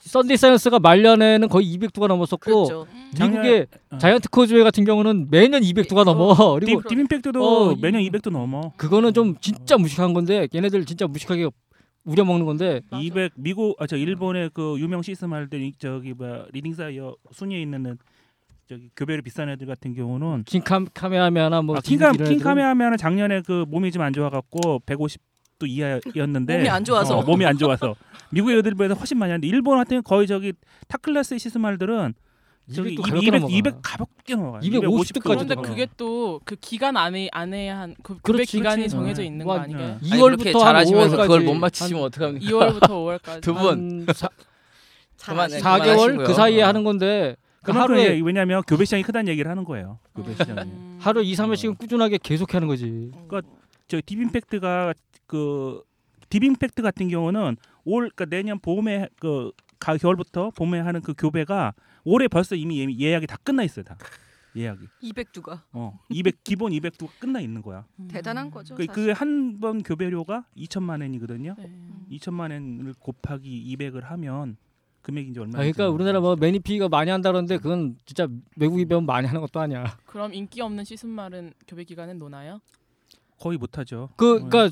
Speaker 5: 썬데이 사이언스가 말년에는 거의 200두가 넘었었고
Speaker 6: 그렇죠.
Speaker 3: 음.
Speaker 5: 미국의
Speaker 4: 작년-
Speaker 5: 자이언트 코즈웨이 같은 경우는 매년 200두가 넘어.
Speaker 4: 어. 딥,
Speaker 5: *laughs* 그리고
Speaker 4: 딥임팩트도
Speaker 5: 어,
Speaker 4: 매년
Speaker 5: 이-
Speaker 4: 200도 넘어.
Speaker 5: 그거는 좀 진짜 무식한 건데 얘네들 진짜 무식하게 우려 먹는 건데
Speaker 4: 200 아, 미국 아저 일본의 그 유명 시스말들 저기 뭐야 리딩사이어 순위에 있는 저기 교배로 비싼 애들 같은 경우는
Speaker 5: 킹캄 카메하메나 뭐
Speaker 4: 아, 킹캄
Speaker 5: 디비디를 해도
Speaker 4: 킹캄에하면 작년에 그 몸이 좀 안 좋아갖고 150도 이하였는데
Speaker 6: 몸이 안 좋아서.
Speaker 4: 어, 몸이 안 좋아서 미국 애들보다 훨씬 많이 하는데 일본 같은 경우 거의 저기 타클래스 시스말들은 저기 200,
Speaker 5: 200도 가볍게 넘어가.
Speaker 4: 200 가볍게 넘어가요.
Speaker 5: 250
Speaker 4: 250
Speaker 5: 까지
Speaker 2: 그런데
Speaker 5: 넘어가.
Speaker 2: 그게 또 그 기간 안에 안에 한그
Speaker 5: 그렇지,
Speaker 2: 기간이
Speaker 5: 그렇지.
Speaker 2: 정해져 있는 거
Speaker 5: 와,
Speaker 2: 아닌가요?
Speaker 3: 아니, 그렇게
Speaker 5: 2월부터 한
Speaker 3: 잘하시면서
Speaker 5: 5월까지
Speaker 3: 그걸 못 맞히시면
Speaker 2: 네.
Speaker 3: 어떡합니까?
Speaker 2: 2월부터 *laughs* 5월까지.
Speaker 3: 두 분. 그만-
Speaker 6: 잘하시네.
Speaker 5: 사
Speaker 3: 그만하시고요.
Speaker 5: 개월그 사이에 하는 건데 그
Speaker 4: 그만큼
Speaker 5: 하루에
Speaker 4: 예, 왜냐하면 교배 시장이 크다는 얘기를 하는 거예요. 교배
Speaker 6: 음.
Speaker 4: 시장이.
Speaker 5: 하루 2,
Speaker 4: 어.
Speaker 5: 3회씩은 꾸준하게 계속 하는 거지.
Speaker 4: 저 디빔팩트가 그 디빔팩트 같은 경우는 올 그러니까 내년 봄에 그 가을부터 봄에 하는 그 교배가 올해 벌써 이미 예- 예약이 다 끝나 있어요. 다 예약이.
Speaker 6: 200두가
Speaker 4: 어. 200 기본 200도 끝나 있는 거야.
Speaker 2: 음.
Speaker 6: 대단한 거죠. 사실.
Speaker 4: 그 한 번 교배료가 2천만 엔이거든요.
Speaker 2: 네.
Speaker 4: 2천만 엔을 곱하기 200을 하면 금액이 이제 얼마?
Speaker 5: 아, 그러니까 우리나라 뭐 매니피가 많이 한다 그러는데 그건 진짜 외국이 배우면 많이 하는 것도 아니야.
Speaker 2: 그럼 인기 없는 시즌말은 교배 기간에 노나요?
Speaker 4: 거의 못 하죠. 어,
Speaker 5: 그 그러니까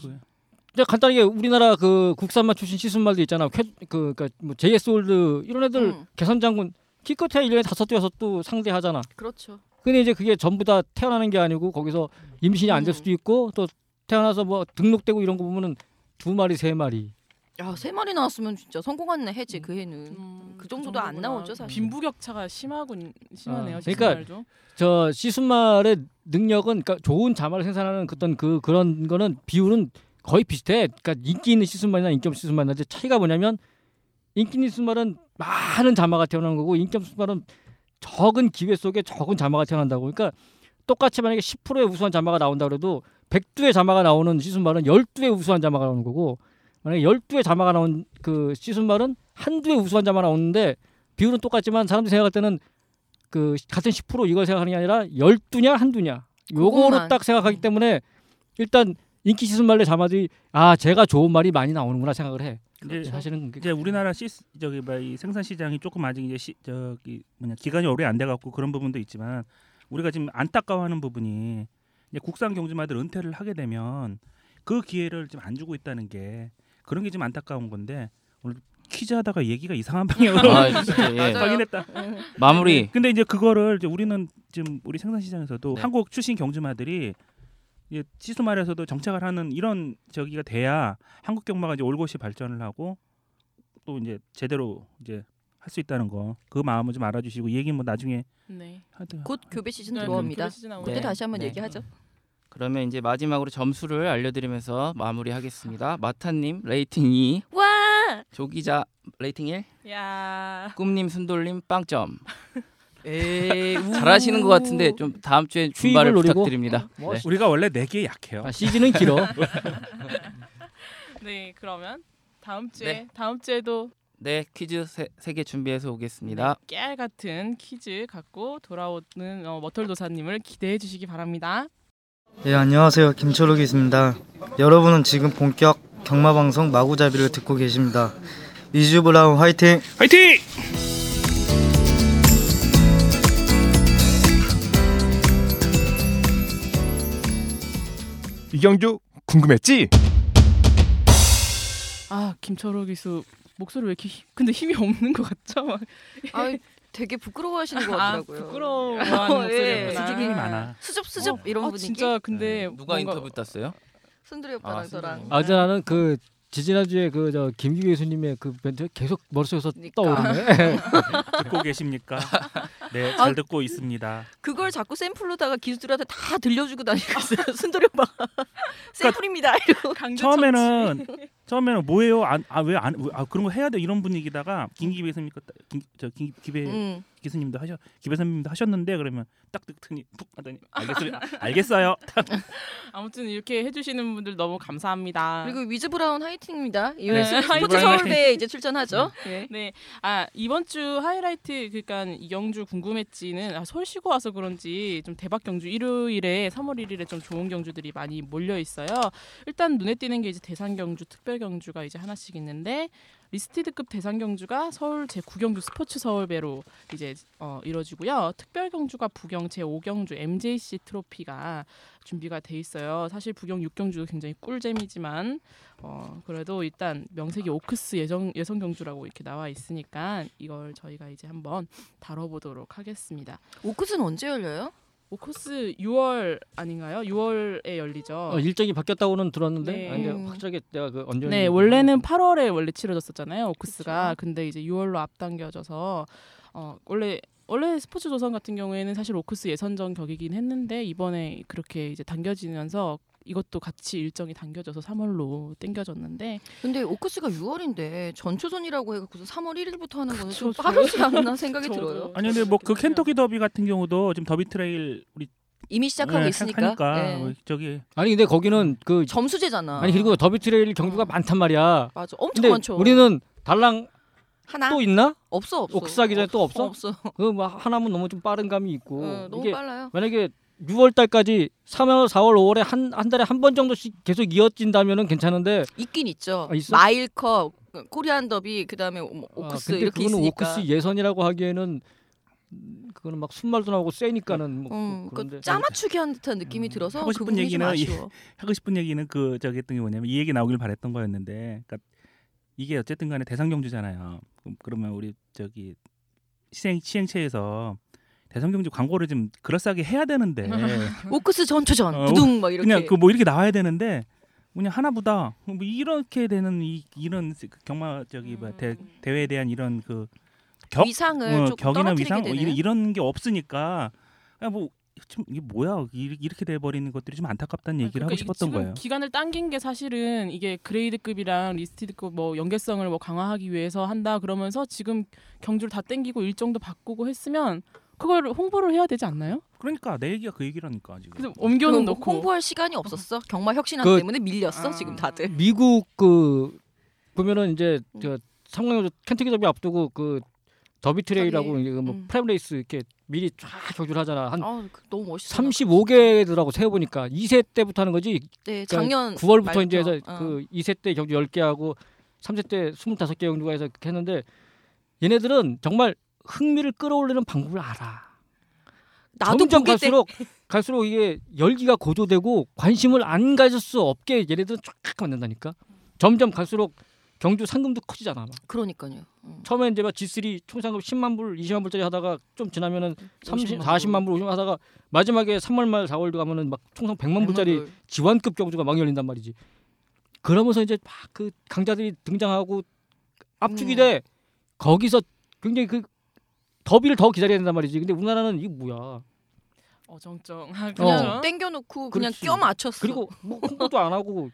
Speaker 5: 그냥 간단하게 우리나라 그 국산만 출신 시순말도 있잖아. 쾌, 그 그러니까 뭐 JS 올드 이런 애들
Speaker 6: 음,
Speaker 5: 개선장군 기껏해야 1년에 다섯 뛰어서 또 상대하잖아.
Speaker 6: 그렇죠.
Speaker 5: 근데 이제 그게 전부 다 태어나는 게 아니고 거기서 임신이 안 될 수도 있고 또 태어나서 뭐 등록되고 이런 거 보면은 두 마리 세 마리.
Speaker 6: 야, 세 마리 나왔으면 진짜 성공했네 해지 그 해는.
Speaker 2: 음,
Speaker 6: 그 정도도 안
Speaker 2: 정도구나.
Speaker 6: 나오죠, 사실.
Speaker 2: 빈부격차가 심하군 심하네요.
Speaker 5: 아,
Speaker 2: 시즌말도.
Speaker 5: 저 시순말의 능력은 그러니까 좋은 자말을 생산하는 어떤 그 그런 거는 비율은 거의 비슷해. 그러니까 인기 있는 시순말이나 인기 없는 시순말이나 이제 차이가 뭐냐면 인기 있는 시순말은 많은 자마가 태어나는 거고 인기 없는 시순말은 적은 기회 속에 적은 자마가 태어난다고. 그러니까 똑같이 만약에 10%의 우수한 자마가 나온다 그래도 100두의 자마가 나오는 시순말은 12의 우수한 자마가 나오는 거고 만약에 12의 자마가 나온 그 시순말은 한두의 우수한 자마 나오는데 비율은 똑같지만 사람들이 생각할 때는 그 같은 10% 이걸 생각하는 게 아니라 12냐 한두냐 요거로
Speaker 6: 그것만.
Speaker 5: 딱 생각하기 때문에 일단 인기 시순말의 자마들이 아 제가 좋은 말이 많이 나오는구나 생각을 해
Speaker 4: 이제,
Speaker 6: 그렇죠.
Speaker 5: 사실은 그게
Speaker 4: 이제 우리나라 시 저기 뭐이 생산 시장이 조금 아직 이제 시, 저기 뭐냐 기간이 오래 안 돼 갖고 그런 부분도 있지만 우리가 지금 안타까워하는 부분이 이제 국산 경주마들 은퇴를 하게 되면 그 기회를 지금 안 주고 있다는 게 그런 게 지금 안타까운 건데 오늘 퀴즈하다가 얘기가 이상한 방향으로
Speaker 6: *laughs*
Speaker 3: 아, 진짜, 예.
Speaker 6: 맞아요.
Speaker 4: 가긴 했다. 네.
Speaker 3: 마무리.
Speaker 4: 근데 이제 그거를 이제 우리는 지금 우리 생산 시장에서도
Speaker 3: 네.
Speaker 4: 한국 출신 경주마들이 이제 시소말에서도 정착을 하는 이런 저기가 돼야 한국 경마가 이제 올곧이 발전을 하고 또 이제 제대로 이제 할 수 있다는 거 그 마음을 좀 알아주시고 이 얘기는 뭐 나중에
Speaker 2: 네.
Speaker 4: 하든
Speaker 6: 곧 교배 시즌
Speaker 2: 네, 그럼
Speaker 6: 들어옵니다.
Speaker 2: 교배 시즌
Speaker 6: 그때
Speaker 2: 나오네.
Speaker 3: 네.
Speaker 6: 음, 다시 한번
Speaker 3: 네.
Speaker 6: 얘기하죠.
Speaker 3: 그러면 이제 마지막으로 점수를 알려드리면서 마무리하겠습니다. 마타님 레이팅 2,
Speaker 6: 와!
Speaker 3: 조기자 레이팅 1,
Speaker 2: 야.
Speaker 3: 꿈님 순돌님 빵점.
Speaker 6: 에이, 우.
Speaker 3: 잘하시는 것 같은데 좀 다음 주에 준발을
Speaker 5: 추입을 노리고?
Speaker 3: 부탁드립니다. 네.
Speaker 4: 우리가 원래 내기에 약해요.
Speaker 5: 아, 시즌은 길어
Speaker 2: 네, 그러면 다음 주에
Speaker 3: 네.
Speaker 2: 다음 주에도
Speaker 3: 네 퀴즈 세개 준비해서 오겠습니다.
Speaker 2: 네, 깨알 같은 퀴즈 갖고 돌아오는 어, 머털 도사님을 기대해 주시기 바랍니다.
Speaker 7: 예, 안녕하세요. 김철욱이있습니다 여러분은 지금 본격 경마방송 마구잡이를 듣고 계십니다. 위즈 브라운 화이팅!
Speaker 4: 화이팅!
Speaker 1: 이경주 궁금했지?
Speaker 2: 아, 김철호 기수 목소리 왜 이렇게 힘- 근데 힘이 없는 것 같죠? 막
Speaker 6: 아, 되게 부끄러워하시는 것
Speaker 2: 아,
Speaker 6: 같더라고요.
Speaker 2: 부끄러워하는
Speaker 6: 어, 예.
Speaker 2: 목소리구나.
Speaker 4: 수줍음이 많아.
Speaker 6: 수줍 수줍 이런
Speaker 2: 아,
Speaker 6: 분위기.
Speaker 2: 진짜 근데
Speaker 3: 네. 누가
Speaker 2: 뭔가-
Speaker 3: 인터뷰 땄어요?
Speaker 6: 순두리 오빠랑
Speaker 3: 아,
Speaker 6: 저랑.
Speaker 3: 순두리.
Speaker 5: 아저 나는 그 지지난주에 그 저 김규 교수님의 그 멘트 계속 머릿속에서
Speaker 6: 그러니까.
Speaker 5: 떠오르네
Speaker 6: *laughs*
Speaker 4: 듣고 계십니까? 네,
Speaker 6: 아.
Speaker 4: 잘 듣고 있습니다.
Speaker 6: 그걸 자꾸 샘플로다가 기수들한테 다 들려주고
Speaker 2: *laughs*
Speaker 6: 다니겠어요. 순두리 오빠.
Speaker 2: 그러니까
Speaker 6: 샘플입니다. 이러고.
Speaker 2: 강제
Speaker 4: 처음에는 처음에는 뭐예요? 아왜안 아, 그런 거 해야 돼 이런 분위기다가 김기배 선생님 김저 김기배
Speaker 6: *laughs* 음.
Speaker 4: 기수님도 하셔 김배 선생님도 하셨는데 그러면 딱 듣더니 푹
Speaker 6: *laughs*
Speaker 4: 하더니 알겠어요 알겠어요
Speaker 6: 아,
Speaker 2: 아무튼 이렇게 해주시는 분들 너무 감사합니다.
Speaker 6: 그리고 위즈 브라운 화이팅입니다. 이번
Speaker 2: 네,
Speaker 6: 스포츠
Speaker 2: 화이팅.
Speaker 6: 서울대에 이제 출전하죠.
Speaker 5: 음.
Speaker 6: 예.
Speaker 2: 네, 아 이번 주 하이라이트 그러니까 이경주 궁금했지는 아, 서울 쉬고 와서 그런지 좀 대박 경주 일요일에 3월 1일에 좀 좋은 경주들이 많이 몰려 있어요. 일단 눈에 띄는 게 이제 대상 경주, 특별 경주가 이제 하나씩 있는데 리스티드급 대상 경주가 서울 제9경주 스포츠 서울배로 이제 어, 이뤄지고요. 특별 경주가 부경 제5경주 MJC 트로피가 준비가 돼 있어요. 사실 부경 6경주도 굉장히 꿀잼이지만 어, 그래도 일단 명색이 오크스 예정, 예선 경주라고 이렇게 나와 있으니까 이걸 저희가 이제 한번 다뤄보도록 하겠습니다.
Speaker 6: 오크스는 언제 열려요?
Speaker 2: 오크스 6월 아닌가요? 6월에 열리죠.
Speaker 5: 어, 일정이 바뀌었다고는 들었는데
Speaker 2: 네.
Speaker 5: 아, 근데
Speaker 6: 음.
Speaker 5: 확실하게 내가 그 언제
Speaker 2: 네, 원래는 8월에 원래 치러졌었잖아요. 오크스가. 근데 이제 6월로 앞당겨져서 어 원래 원래 스포츠 조선 같은 경우에는 사실 오크스 예선전 격이긴 했는데 이번에 그렇게 이제 당겨지면서 이것도 같이 일정이 당겨져서 3월로 땡겨졌는데
Speaker 6: 근데 오크스가 6월인데 전초선이라고 해갖고서 3월 1일부터 하는 거는 좀
Speaker 2: 그쵸,
Speaker 6: 빠르지 않나 생각이 들어요.
Speaker 4: 아니 근데 뭐 그 켄터키 더비 같은 경우도 지금 더비 트레일 우리
Speaker 6: 이미 시작하고
Speaker 4: 네,
Speaker 6: 있으니까.
Speaker 4: 하니까
Speaker 6: 네.
Speaker 4: 뭐 저기
Speaker 5: 아니 근데 거기는 그
Speaker 6: 점수제잖아.
Speaker 5: 아니 그리고 더비 트레일 경주가 많단 말이야.
Speaker 6: 맞아, 엄청
Speaker 5: 근데
Speaker 6: 많죠. 아.
Speaker 5: 우리는 달랑
Speaker 6: 하나
Speaker 5: 또 있나?
Speaker 6: 없어 없어.
Speaker 5: 옥사기 전에 또 없어?
Speaker 6: 없어.
Speaker 5: 그 뭐 하나면 너무 좀 빠른 감이 있고
Speaker 6: 어, 너무
Speaker 5: 이게
Speaker 6: 빨라요.
Speaker 5: 만약에 6월 달까지 3월, 4월, 5월에 한, 한 달에 한 번 정도씩 계속 이어진다면은 괜찮은데
Speaker 6: 있긴 있죠.
Speaker 5: 아, 있어?
Speaker 6: 마일컵, 코리안 더비, 그다음에 뭐 오크스
Speaker 5: 아, 근데
Speaker 6: 이렇게
Speaker 5: 그거는
Speaker 6: 있으니까.
Speaker 5: 오크스 예선이라고 하기에는 음, 그거는 막 순말도 나오고 세니까는 뭐
Speaker 6: 음,
Speaker 5: 그- 그런데
Speaker 6: 그 짜맞추기 한 듯한
Speaker 4: 음,
Speaker 6: 느낌이 들어서
Speaker 4: 하고
Speaker 6: 그
Speaker 4: 싶은
Speaker 6: 부분이 좀
Speaker 4: 얘기는 이-
Speaker 6: 아쉬워.
Speaker 4: 하고 싶은 얘기는 그 저기 했던 게 뭐냐면 이 얘기 나오길 바랬던 거였는데 그러니까 이게 어쨌든 간에 대상 경주잖아요. 그럼 그러면 우리 저기 시행 시행체에서 대상 경주 광고를 좀 그럴싸하게 해야
Speaker 6: *laughs*
Speaker 4: 되는데
Speaker 6: 오크스 전초전
Speaker 4: 어,
Speaker 6: 두둥 막 이렇게.
Speaker 4: 그냥 그 뭐 이렇게 나와야 되는데 그냥 하나보다 뭐 이렇게 되는 이, 이런 그 경마 저기
Speaker 6: 음.
Speaker 4: 뭐 대, 대회에 대한 이런 그 격,
Speaker 6: 위상을
Speaker 4: 어,
Speaker 6: 조금
Speaker 4: 격이나
Speaker 6: 떨어뜨리게
Speaker 4: 위상 어,
Speaker 6: 되는.
Speaker 4: 이- 이런 게 없으니까 뭐좀 이게 뭐야 이- 이렇게 돼 버리는 것들이 좀 안타깝다는 얘기를 하고
Speaker 2: 그러니까
Speaker 4: 싶었던
Speaker 2: 지금
Speaker 4: 거예요.
Speaker 2: 기간을 당긴 게 사실은 이게 그레이드급이랑 리스티드급 뭐 연계성을 뭐 강화하기 위해서 한다 그러면서 지금 경주를 다 땡기고 일정도 바꾸고 했으면 그걸 홍보를 해야 되지 않나요?
Speaker 4: 그러니까 내 얘기가 그 얘기라니까 지금.
Speaker 2: 그래서
Speaker 6: 그거
Speaker 2: 옮겨는
Speaker 6: 뭐
Speaker 2: 놓고
Speaker 6: 홍보할 시간이 없었어. 경마 혁신안
Speaker 5: 그-
Speaker 6: 때문에 밀렸어
Speaker 2: 아.
Speaker 6: 지금 다들.
Speaker 5: 미국 그 보면은 이제
Speaker 6: 음.
Speaker 5: 저 상강에서 켄터키 더비 앞두고 그 더비 트레이라고 이게 뭐
Speaker 6: 음.
Speaker 5: 프라임레이스 이렇게 미리 쫙 경주를 하잖아. 한
Speaker 6: *laughs* 아, 그- 너무 멋있어.
Speaker 5: 35개더라고 세어 보니까 2세 때부터 하는 거지.
Speaker 6: 네, 작년
Speaker 5: 9월부터
Speaker 6: 말부터.
Speaker 5: 이제 해서
Speaker 6: 어.
Speaker 5: 그 2세 때 경주 10개 하고 3세 때 25개 경주가 해서 그렇게 했는데 얘네들은 정말 흥미를 끌어올리는 방법을 알아.
Speaker 6: 나도
Speaker 5: 점점
Speaker 6: 보기 때
Speaker 5: 갈수록 갈수록 이게 열기가 고조되고 관심을 안 가질 수 없게 얘네들은 쫙 만든다니까. 점점 갈수록 경주 상금도 커지잖아. 막.
Speaker 6: 그러니까요. 음.
Speaker 5: 처음에 이제 막 G3 총상금 10만 불, 20만 불짜리 하다가 좀 지나면은 30,
Speaker 6: 50만 불.
Speaker 5: 40만 불, 50만 하다가 마지막에 3월 말 4월도 가면은 막 총상 100만 불짜리
Speaker 6: 불.
Speaker 5: 지원급 경주가 막 열린단 말이지. 그러면서 이제 막 그 강자들이 등장하고 압축이
Speaker 6: 음.
Speaker 5: 돼. 거기서 굉장히 그 더비를 더 기다려야 된단 말이지. 근데 우리나라는 이게 뭐야.
Speaker 2: 어정쩡 아,
Speaker 6: 그냥
Speaker 5: 어.
Speaker 6: 땡겨놓고 그냥
Speaker 5: 그렇지.
Speaker 6: 껴 맞췄어.
Speaker 5: 그리고 뭐 홍보도 안 하고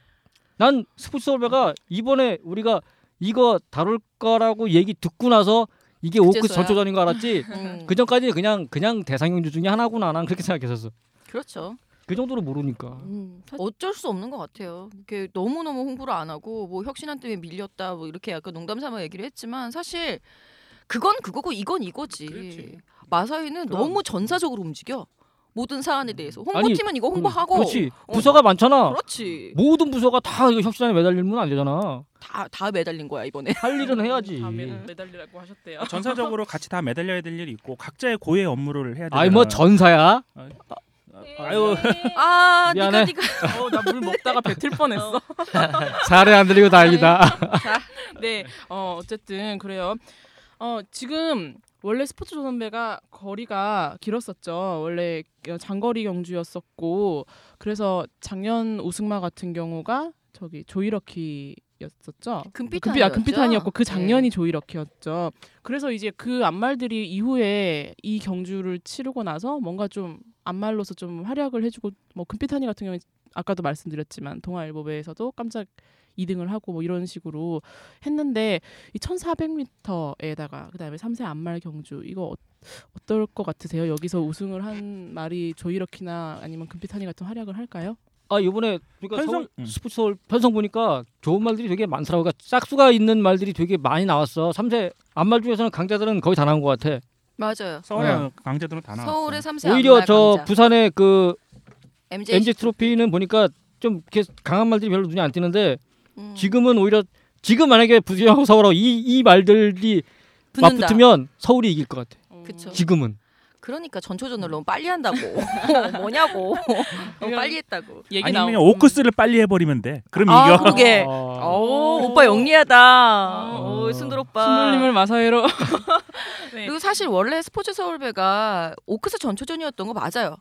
Speaker 5: 난 스포츠 서울배가 이번에 우리가 이거 다룰 거라고 얘기 듣고 나서 이게 오크스
Speaker 6: 그제서야.
Speaker 5: 전초전인 거 알았지.
Speaker 6: 음,
Speaker 5: 그 전까지 그냥 그냥 대상 경주 중에 하나구나 난 그렇게 생각했었어.
Speaker 6: 그렇죠.
Speaker 5: 그 정도로 모르니까.
Speaker 6: 음, 어쩔 수 없는 것 같아요. 이게 너무 너무 홍보를 안 하고 뭐 혁신안 때문에 밀렸다 뭐 이렇게 약간 농담삼아 얘기를 했지만 사실 그건 그거고 이건 이거지.
Speaker 4: 그렇지.
Speaker 6: 마사이는
Speaker 5: 그럼.
Speaker 6: 너무 전사적으로 움직여 모든 사안에 대해서
Speaker 5: 아니, 음,
Speaker 6: 홍보팀은 이거 홍보하고
Speaker 5: 그렇지.
Speaker 6: 어.
Speaker 5: 부서가 많잖아.
Speaker 6: 그렇지.
Speaker 5: 모든 부서가 다 이거 혁신안에 매달리면 안 되잖아.
Speaker 6: 다 다 매달린 거야 이번에.
Speaker 5: 할 일은 해야지.
Speaker 2: 다 매- 매달리라고 하셨대요.
Speaker 4: 어, 전사적으로 같이 다 매달려야 될 일이 있고 각자의 고유의 업무를 해야 돼.
Speaker 5: 아이 뭐 전사야?
Speaker 4: 아유
Speaker 6: 아
Speaker 5: 미안해.
Speaker 6: 니가 니가
Speaker 2: 어, 나 물 먹다가 뱉을 뻔했어.
Speaker 5: *laughs* 사례 안 들리고 다행이다.
Speaker 2: *laughs* 네, 어, 어쨌든 그래요. 어, 지금 원래 스포츠 조선배가 거리가 길었었죠. 원래 장거리 경주였었고 그래서 작년 우승마 같은 경우가 저기 조이러키였었죠.
Speaker 6: 금빛 예. 네.
Speaker 2: 금빛 아 금빛탄이었고 그 작년이 조이러키였죠. 그래서 이제 그 안말들이 이후에 이 경주를 치르고 나서 뭔가 좀 안말로서 좀 활약을 해주고 뭐 금빛탄이 같은 경우에 아까도 말씀드렸지만 동아일보배에서도 깜짝 2등을 하고 뭐 이런 식으로 했는데 이 1,400m에다가 그다음에 3세 안말 경주 이거 어, 어떨 것 같으세요? 여기서 우승을 한 말이 조이러키나 아니면 금빛탄이 같은 활약을 할까요?
Speaker 5: 아 이번에 우리가
Speaker 4: 편성-
Speaker 5: 서울
Speaker 4: 음.
Speaker 5: 스포츠 서울 편성 보니까 좋은 말들이 되게 많더라고. 그러니까 짝수가 있는 말들이 되게 많이 나왔어. 3세 안말 중에서는 강자들은 거의 다 나온 것 같아.
Speaker 6: 맞아요.
Speaker 5: 네.
Speaker 4: 서울의 강제들은 다 나왔어.
Speaker 6: 서울의 삼세
Speaker 5: 오히려
Speaker 6: 안마
Speaker 5: 저
Speaker 6: 강자.
Speaker 5: 부산의 그
Speaker 6: MJ
Speaker 5: MG 트로피는 보니까 좀 이렇게 강한 말들이 별로 눈에 안 띄는데
Speaker 6: 음.
Speaker 5: 지금은 오히려 지금 만약에 부지하고 서울하고 이, 이 말들이
Speaker 6: 붙는다. 음,
Speaker 5: 맞붙으면 서울이 이길 것 같아.
Speaker 6: 그쵸.
Speaker 5: 지금은.
Speaker 6: 그러니까 전초전을 너무 빨리 한다고. 뭐냐고. 너무 빨리 했다고.
Speaker 2: 얘기
Speaker 4: 아니면
Speaker 2: 나오.
Speaker 4: 오크스를 빨리 해버리면 돼. 그럼
Speaker 6: 아,
Speaker 4: 이겨.
Speaker 6: 그러게.
Speaker 5: 어.
Speaker 6: 오, 오빠 영리하다. 오, 순돌 오빠.
Speaker 2: 어. 순돌님을 마사회로. 네.
Speaker 6: 그리고 사실 원래 스포츠 서울배가 오크스 전초전이었던 거 맞아요.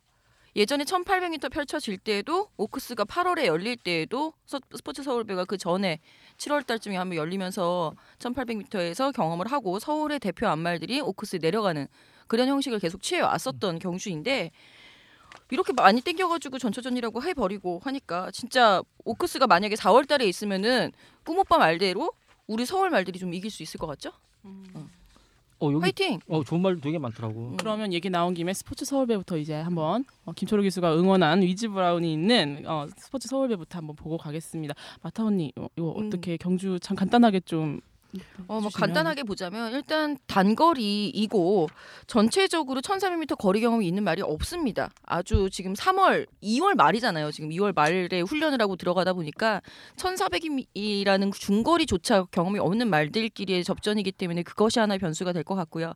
Speaker 6: 예전에 1800m 펼쳐질 때에도 오크스가 8월에 열릴 때에도 서- 스포츠 서울배가 그 전에 7월 달쯤에 한번 열리면서 1800m에서 경험을 하고 서울의 대표 안말들이 오크스에 내려가는 그런 형식을 계속 취해 왔었던 경주인데 이렇게 많이 땡겨가지고 전초전이라고 해버리고 하니까 진짜 오크스가 만약에 4월 달에 있으면은 꿈오빠 말대로 우리 서울 말들이 좀 이길 수 있을 것 같죠?
Speaker 5: 어, 여기
Speaker 6: 화이팅!
Speaker 5: 어, 좋은 말 되게 많더라고.
Speaker 6: 음.
Speaker 2: 그러면 얘기 나온 김에 스포츠 서울배부터 이제 한번 어, 김철호 교수가 응원한 위즈 브라운이 있는 어, 스포츠 서울배부터 한번 보고 가겠습니다. 마타 언니 어, 이거
Speaker 6: 음.
Speaker 2: 어떻게 경주 참 간단하게 좀
Speaker 6: 어, 뭐
Speaker 2: 해주시면.
Speaker 6: 간단하게 보자면 일단 단거리이고 전체적으로 1,300m 거리 경험이 있는 말이 없습니다. 아주 지금 3월, 2월 말이잖아요. 지금 2월 말에 훈련을 하고 들어가다 보니까 1,400이라는 중거리조차 경험이 없는 말들끼리의 접전이기 때문에 그것이 하나의 변수가 될 것 같고요.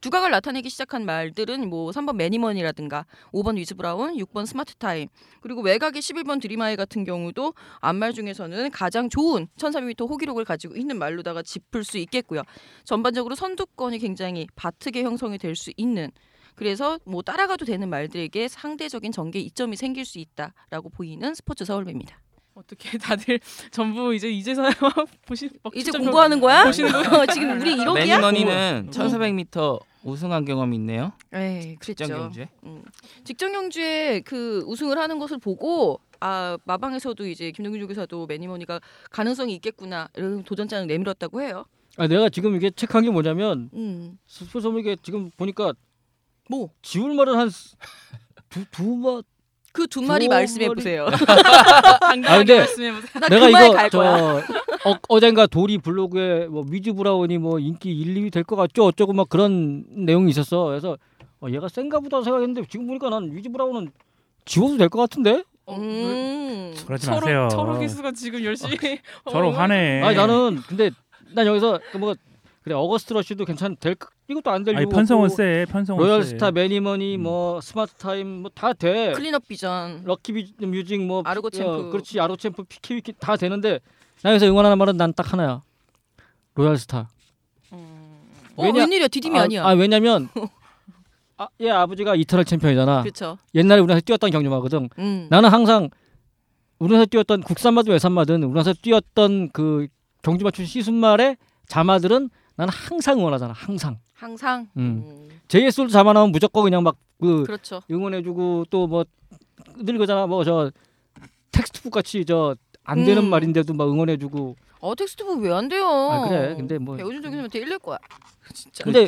Speaker 6: 두각을 나타내기 시작한 말들은 뭐 3번 매니먼이라든가 5번 위즈브라운, 6번 스마트타임 그리고 외곽의 11번 드리마이 같은 경우도 안말 중에서는 가장 좋은 1300m 호기록을 가지고 있는 말로다가 짚을 수 있겠고요. 전반적으로 선두권이 굉장히 바트게 형성이 될 수 있는 그래서 뭐 따라가도 되는 말들에게 상대적인 전개 이점이 생길 수 있다라고 보이는 스포츠 서울입니다.
Speaker 2: 어떻게 *laughs* 다들 전부 이제 이제서야 *laughs* 보시
Speaker 6: 이제
Speaker 2: 먹칠점
Speaker 6: 공부하는 거야?
Speaker 2: 어,
Speaker 6: 어,
Speaker 2: 보시는 거야?
Speaker 6: 지금 우리 이러기야?
Speaker 3: 매니머니는 1,400m 우승한 경험이 있네요.
Speaker 6: 네,
Speaker 3: 직전 경주에.
Speaker 6: 음. 직전 경주에 그 우승을 하는 것을 보고 아 마방에서도 이제 김동균 조교사도 매니머니가 가능성이 있겠구나 이런 도전장을 내밀었다고 해요.
Speaker 5: 아, 내가 지금 이게 체크한 게 뭐냐면
Speaker 6: 음,
Speaker 5: 스포츠 이게 지금 보니까
Speaker 6: 뭐 그
Speaker 5: 지울 말은 한두두 번.
Speaker 6: 두 마리
Speaker 5: 두
Speaker 6: 말씀해
Speaker 5: 마리.
Speaker 6: 보세요.
Speaker 5: 아, 근데
Speaker 2: 말씀해 보세요.
Speaker 6: *laughs* 나
Speaker 5: 내가
Speaker 6: 그말
Speaker 5: 이거
Speaker 6: 갈
Speaker 5: 저
Speaker 6: 거야.
Speaker 5: 어, 어젠가 도리 블로그에 뭐 위즈 브라운이 뭐 인기 1, 2위 될 것 같죠 어쩌고 막 그런 내용이 있었어. 그래서 어, 얘가 센가 보다 생각했는데 지금 보니까 난 위즈 브라운은 지워도 될 것 같은데?
Speaker 2: 어,
Speaker 6: 음.
Speaker 4: *laughs* 그러지
Speaker 2: 철호-
Speaker 4: 마세요.
Speaker 2: 철호 교수가 지금 열심히 *laughs*
Speaker 4: 저러
Speaker 2: 어,
Speaker 4: 화내.
Speaker 5: 아니 나는 근데 난 여기서 그뭐 그래 어거스트 러쉬도 괜찮 될 것- 이것도 안될
Speaker 4: 아니 편성은 세. 편성은
Speaker 5: 그 로얄
Speaker 4: 세.
Speaker 5: 스타 매니머니
Speaker 4: 음.
Speaker 5: 뭐 스마트 타임 뭐 다 돼.
Speaker 6: 클린업 비전.
Speaker 5: 럭키 뮤- 뮤직 뭐
Speaker 6: 아르고
Speaker 5: 피-
Speaker 6: 챔프.
Speaker 5: 그렇지 아르고 챔프 피키위키 다 되는데 나 여기서 응원하는 말은 난 딱 하나야. 로얄 스타.
Speaker 6: 어,
Speaker 5: 왜냐-
Speaker 6: 웬일이야? 디딤이
Speaker 5: 아,
Speaker 6: 아, 니야
Speaker 5: 아
Speaker 6: *laughs*
Speaker 5: 왜냐면 아, 얘 아버지가 이터널 챔피언이잖아.
Speaker 6: 그렇죠.
Speaker 5: 옛날에 우리나라에서 뛰었던 경주마거든.
Speaker 6: 음.
Speaker 5: 나는 항상 우리나라에서 뛰었던 국산마든 외산마든 우리나라에서 뛰었던 그 경주마 출신 시순말의 자마들은 나는 항상 응원하잖아. 항상.
Speaker 6: 항상.
Speaker 5: 음.
Speaker 6: 음,
Speaker 5: JS로 자마 나오면 무조건 그냥 막그
Speaker 6: 그렇죠.
Speaker 5: 응원해주고 또 뭐 늘 그잖아 뭐 저 텍스트북 같이 저 안 되는
Speaker 6: 음.
Speaker 5: 말인데도 막 응원해주고
Speaker 6: 어 텍스트북 왜 안 돼요?
Speaker 5: 아, 그래. 근데 뭐-
Speaker 6: 배우준 정님한테 일릴 거야. 진짜.
Speaker 5: 근데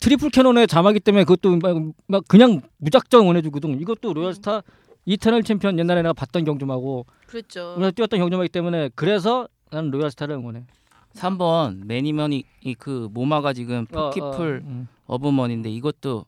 Speaker 5: 트리플 캐논의 자막이 때문에 그것도 막, 막 그냥 무작정 응원해주거든 이것도 로얄스타 이터널 챔피언 옛날에 내가 봤던 경주마고
Speaker 6: 그랬죠.
Speaker 5: 우리가 뛰었던 경주마이기 때문에 그래서 나는 로얄스타를 응원해
Speaker 3: 3번 매니머니 이그 모마가 지금
Speaker 5: 어,
Speaker 3: 포키풀
Speaker 5: 어, 음.
Speaker 3: 어, 버먼인데 이것도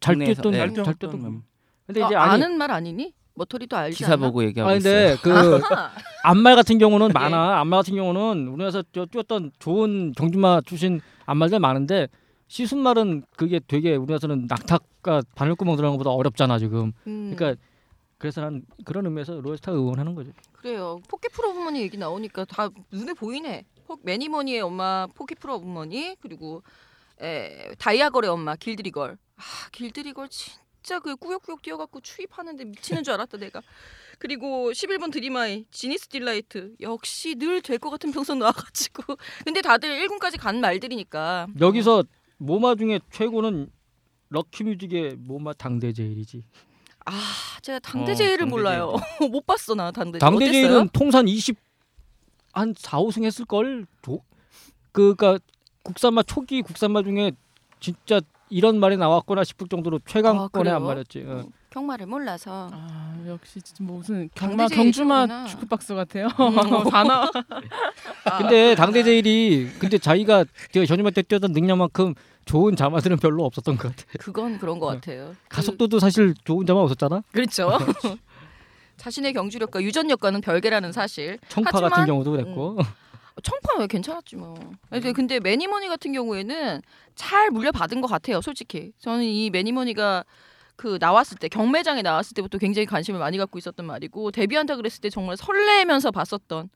Speaker 5: 잘
Speaker 3: 국내에서,
Speaker 5: 뛰었던
Speaker 3: 네,
Speaker 5: 잘, 잘
Speaker 4: 뛰었던
Speaker 5: 뛰었던
Speaker 4: 거.
Speaker 5: 거 근데 이제
Speaker 6: 아,
Speaker 5: 아니,
Speaker 6: 아는 말 아니니? 머터리도 알지
Speaker 3: 기사 보고 얘기하고
Speaker 5: 아
Speaker 3: 있어요.
Speaker 5: 근데 그
Speaker 6: 않나?
Speaker 5: 안말 같은 경우는
Speaker 6: 예.
Speaker 5: 많아. 안말 같은 경우는 우리나라에서 뛰- 뛰었던 좋은 경주마 출신 안말들 많은데 시순말은 그게 되게 우리나라에서는 낙타가 바늘구멍 들어간 것보다 어렵잖아 지금.
Speaker 6: 음,
Speaker 5: 그러니까 그래서 난 그런 의미에서 로스타 응원하는 거죠.
Speaker 6: 그래요. 포켓프로 부모님 얘기 나오니까 다 눈에 보이네. 포, 매니머니의 엄마 포켓프로 부모님 그리고 에, 다이아걸의 엄마 길드리걸. 아 길드리걸 진짜 그 꾸역꾸역 뛰어갖고 추입하는데 미치는 줄 알았다 내가. 그리고 11번 드림아이 지니스 딜라이트 역시 늘 될 것 같은 평선 나와가지고 근데 다들 1군까지 간 말들이니까
Speaker 5: 여기서 모마 중에 최고는 럭키뮤직의 모마 당대제일이지.
Speaker 6: 아 제가 당대제일을
Speaker 3: 어, 당대제일.
Speaker 6: 몰라요 *laughs* 못 봤어 나 당대제일 네, 어땠어요?
Speaker 5: 당대제일은 통산 20한 4, 5승 했을 걸. 그니까 국산마 초기 국산마 중에 진짜 이런 말이 나왔구나 싶을 정도로 최강권에
Speaker 6: 아, 그래요?
Speaker 5: 안 말했지. 어.
Speaker 6: 경마를 몰라서
Speaker 2: 아 역시 진짜 무슨 경마
Speaker 6: 강제적이구나.
Speaker 2: 경주마 축구 박스 같아요. *laughs*
Speaker 6: 음.
Speaker 2: 단어
Speaker 5: *laughs*
Speaker 6: 아,
Speaker 5: 근데 당대제일이 근데 자기가 전주말 때 뛰었던 능력만큼 좋은 자마들은 별로 없었던 것 같아.
Speaker 6: 그건 그런 것 같아요 그-
Speaker 5: 네. 가속도도 사실 좋은 자마 없었잖아.
Speaker 6: 그렇죠 *laughs* 자신의 경주력과 유전력과는 별개라는 사실
Speaker 5: 청파
Speaker 6: 하지만 음.
Speaker 5: 같은 경우도 그랬고.
Speaker 6: 청판 왜 괜찮았지 뭐. 근데- 근데 매니머니 같은 경우에는 잘 물려받은 것 같아요, 솔직히. 저는 이 매니머니가 그 나왔을 때 경매장에 나왔을 때부터 굉장히 관심을 많이 갖고 있었던 말이고 데뷔한다 그랬을 때 정말 설레면서 봤었던.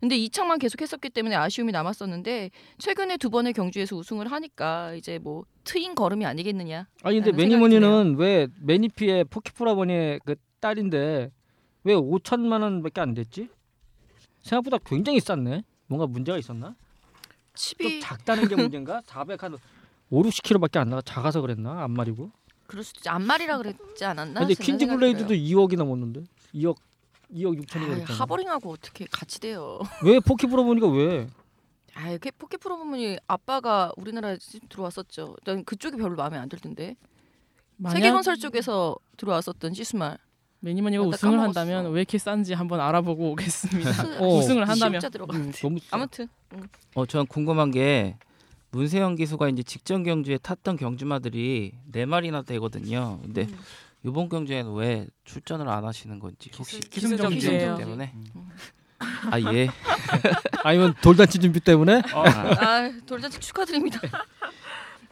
Speaker 6: 근데 이창만 계속 했었기 때문에 아쉬움이 남았었는데 최근에 두 번의 경주에서 우승을 하니까 이제 뭐 트인 걸음이 아니겠느냐.
Speaker 5: 아니 근데
Speaker 6: 라는
Speaker 5: 매니머니는 왜 매니피의 포키프라버니의 그 딸인데 왜 5천만 원밖에 안 됐지? 생각보다 굉장히 쌌네. 뭔가 문제가 있었나? 좀
Speaker 6: 칩이
Speaker 5: 작다는 게
Speaker 6: *laughs*
Speaker 5: 문제인가? 400한 5, 60kg밖에 안 나가 작아서 그랬나? 안 말이고.
Speaker 6: 그럴 수도 있지. 안말이라 그랬지 않았나?
Speaker 5: 근데
Speaker 6: 저는
Speaker 5: 퀸즈
Speaker 6: 생각이
Speaker 5: 블레이드도
Speaker 6: 들어요.
Speaker 5: 2억이나 먹는데. 2억 2억 6천이
Speaker 6: 아이,
Speaker 5: 그랬잖아.
Speaker 6: 하버링하고 어떻게 같이 돼요? *laughs*
Speaker 5: 왜 포키프라버니가 왜?
Speaker 6: 아, 이렇게 포켓 프로부문이 아빠가 우리나라에 들어왔었죠. 난 그쪽이 별로 마음에 안 들던데.
Speaker 2: 만약
Speaker 6: *laughs* 세계건설 쪽에서 들어왔었던 시스말.
Speaker 2: 매니머니가
Speaker 6: 나
Speaker 2: 우승을
Speaker 6: 까먹었어.
Speaker 2: 한다면 왜 이렇게 싼지 한번 알아보고 오겠습니다.
Speaker 5: 어.
Speaker 2: 우승을 한다면.
Speaker 6: 시험자 들어갔는데.
Speaker 5: 너무
Speaker 6: 아무튼
Speaker 3: 어, 저는 궁금한 게 문세영 기수가 이제 직전 경주에 탔던 경주마들이 네 마리나 되거든요. 근데
Speaker 6: 음.
Speaker 3: 이번 경주에는 왜 출전을 안 하시는 건지 혹시
Speaker 6: 기승-
Speaker 3: 기승전
Speaker 2: 기승전이에요.
Speaker 3: 때문에?
Speaker 2: 음.
Speaker 3: 아 예.
Speaker 5: 아니면 돌잔치 준비 때문에?
Speaker 3: 아,
Speaker 6: 아 돌잔치 축하드립니다.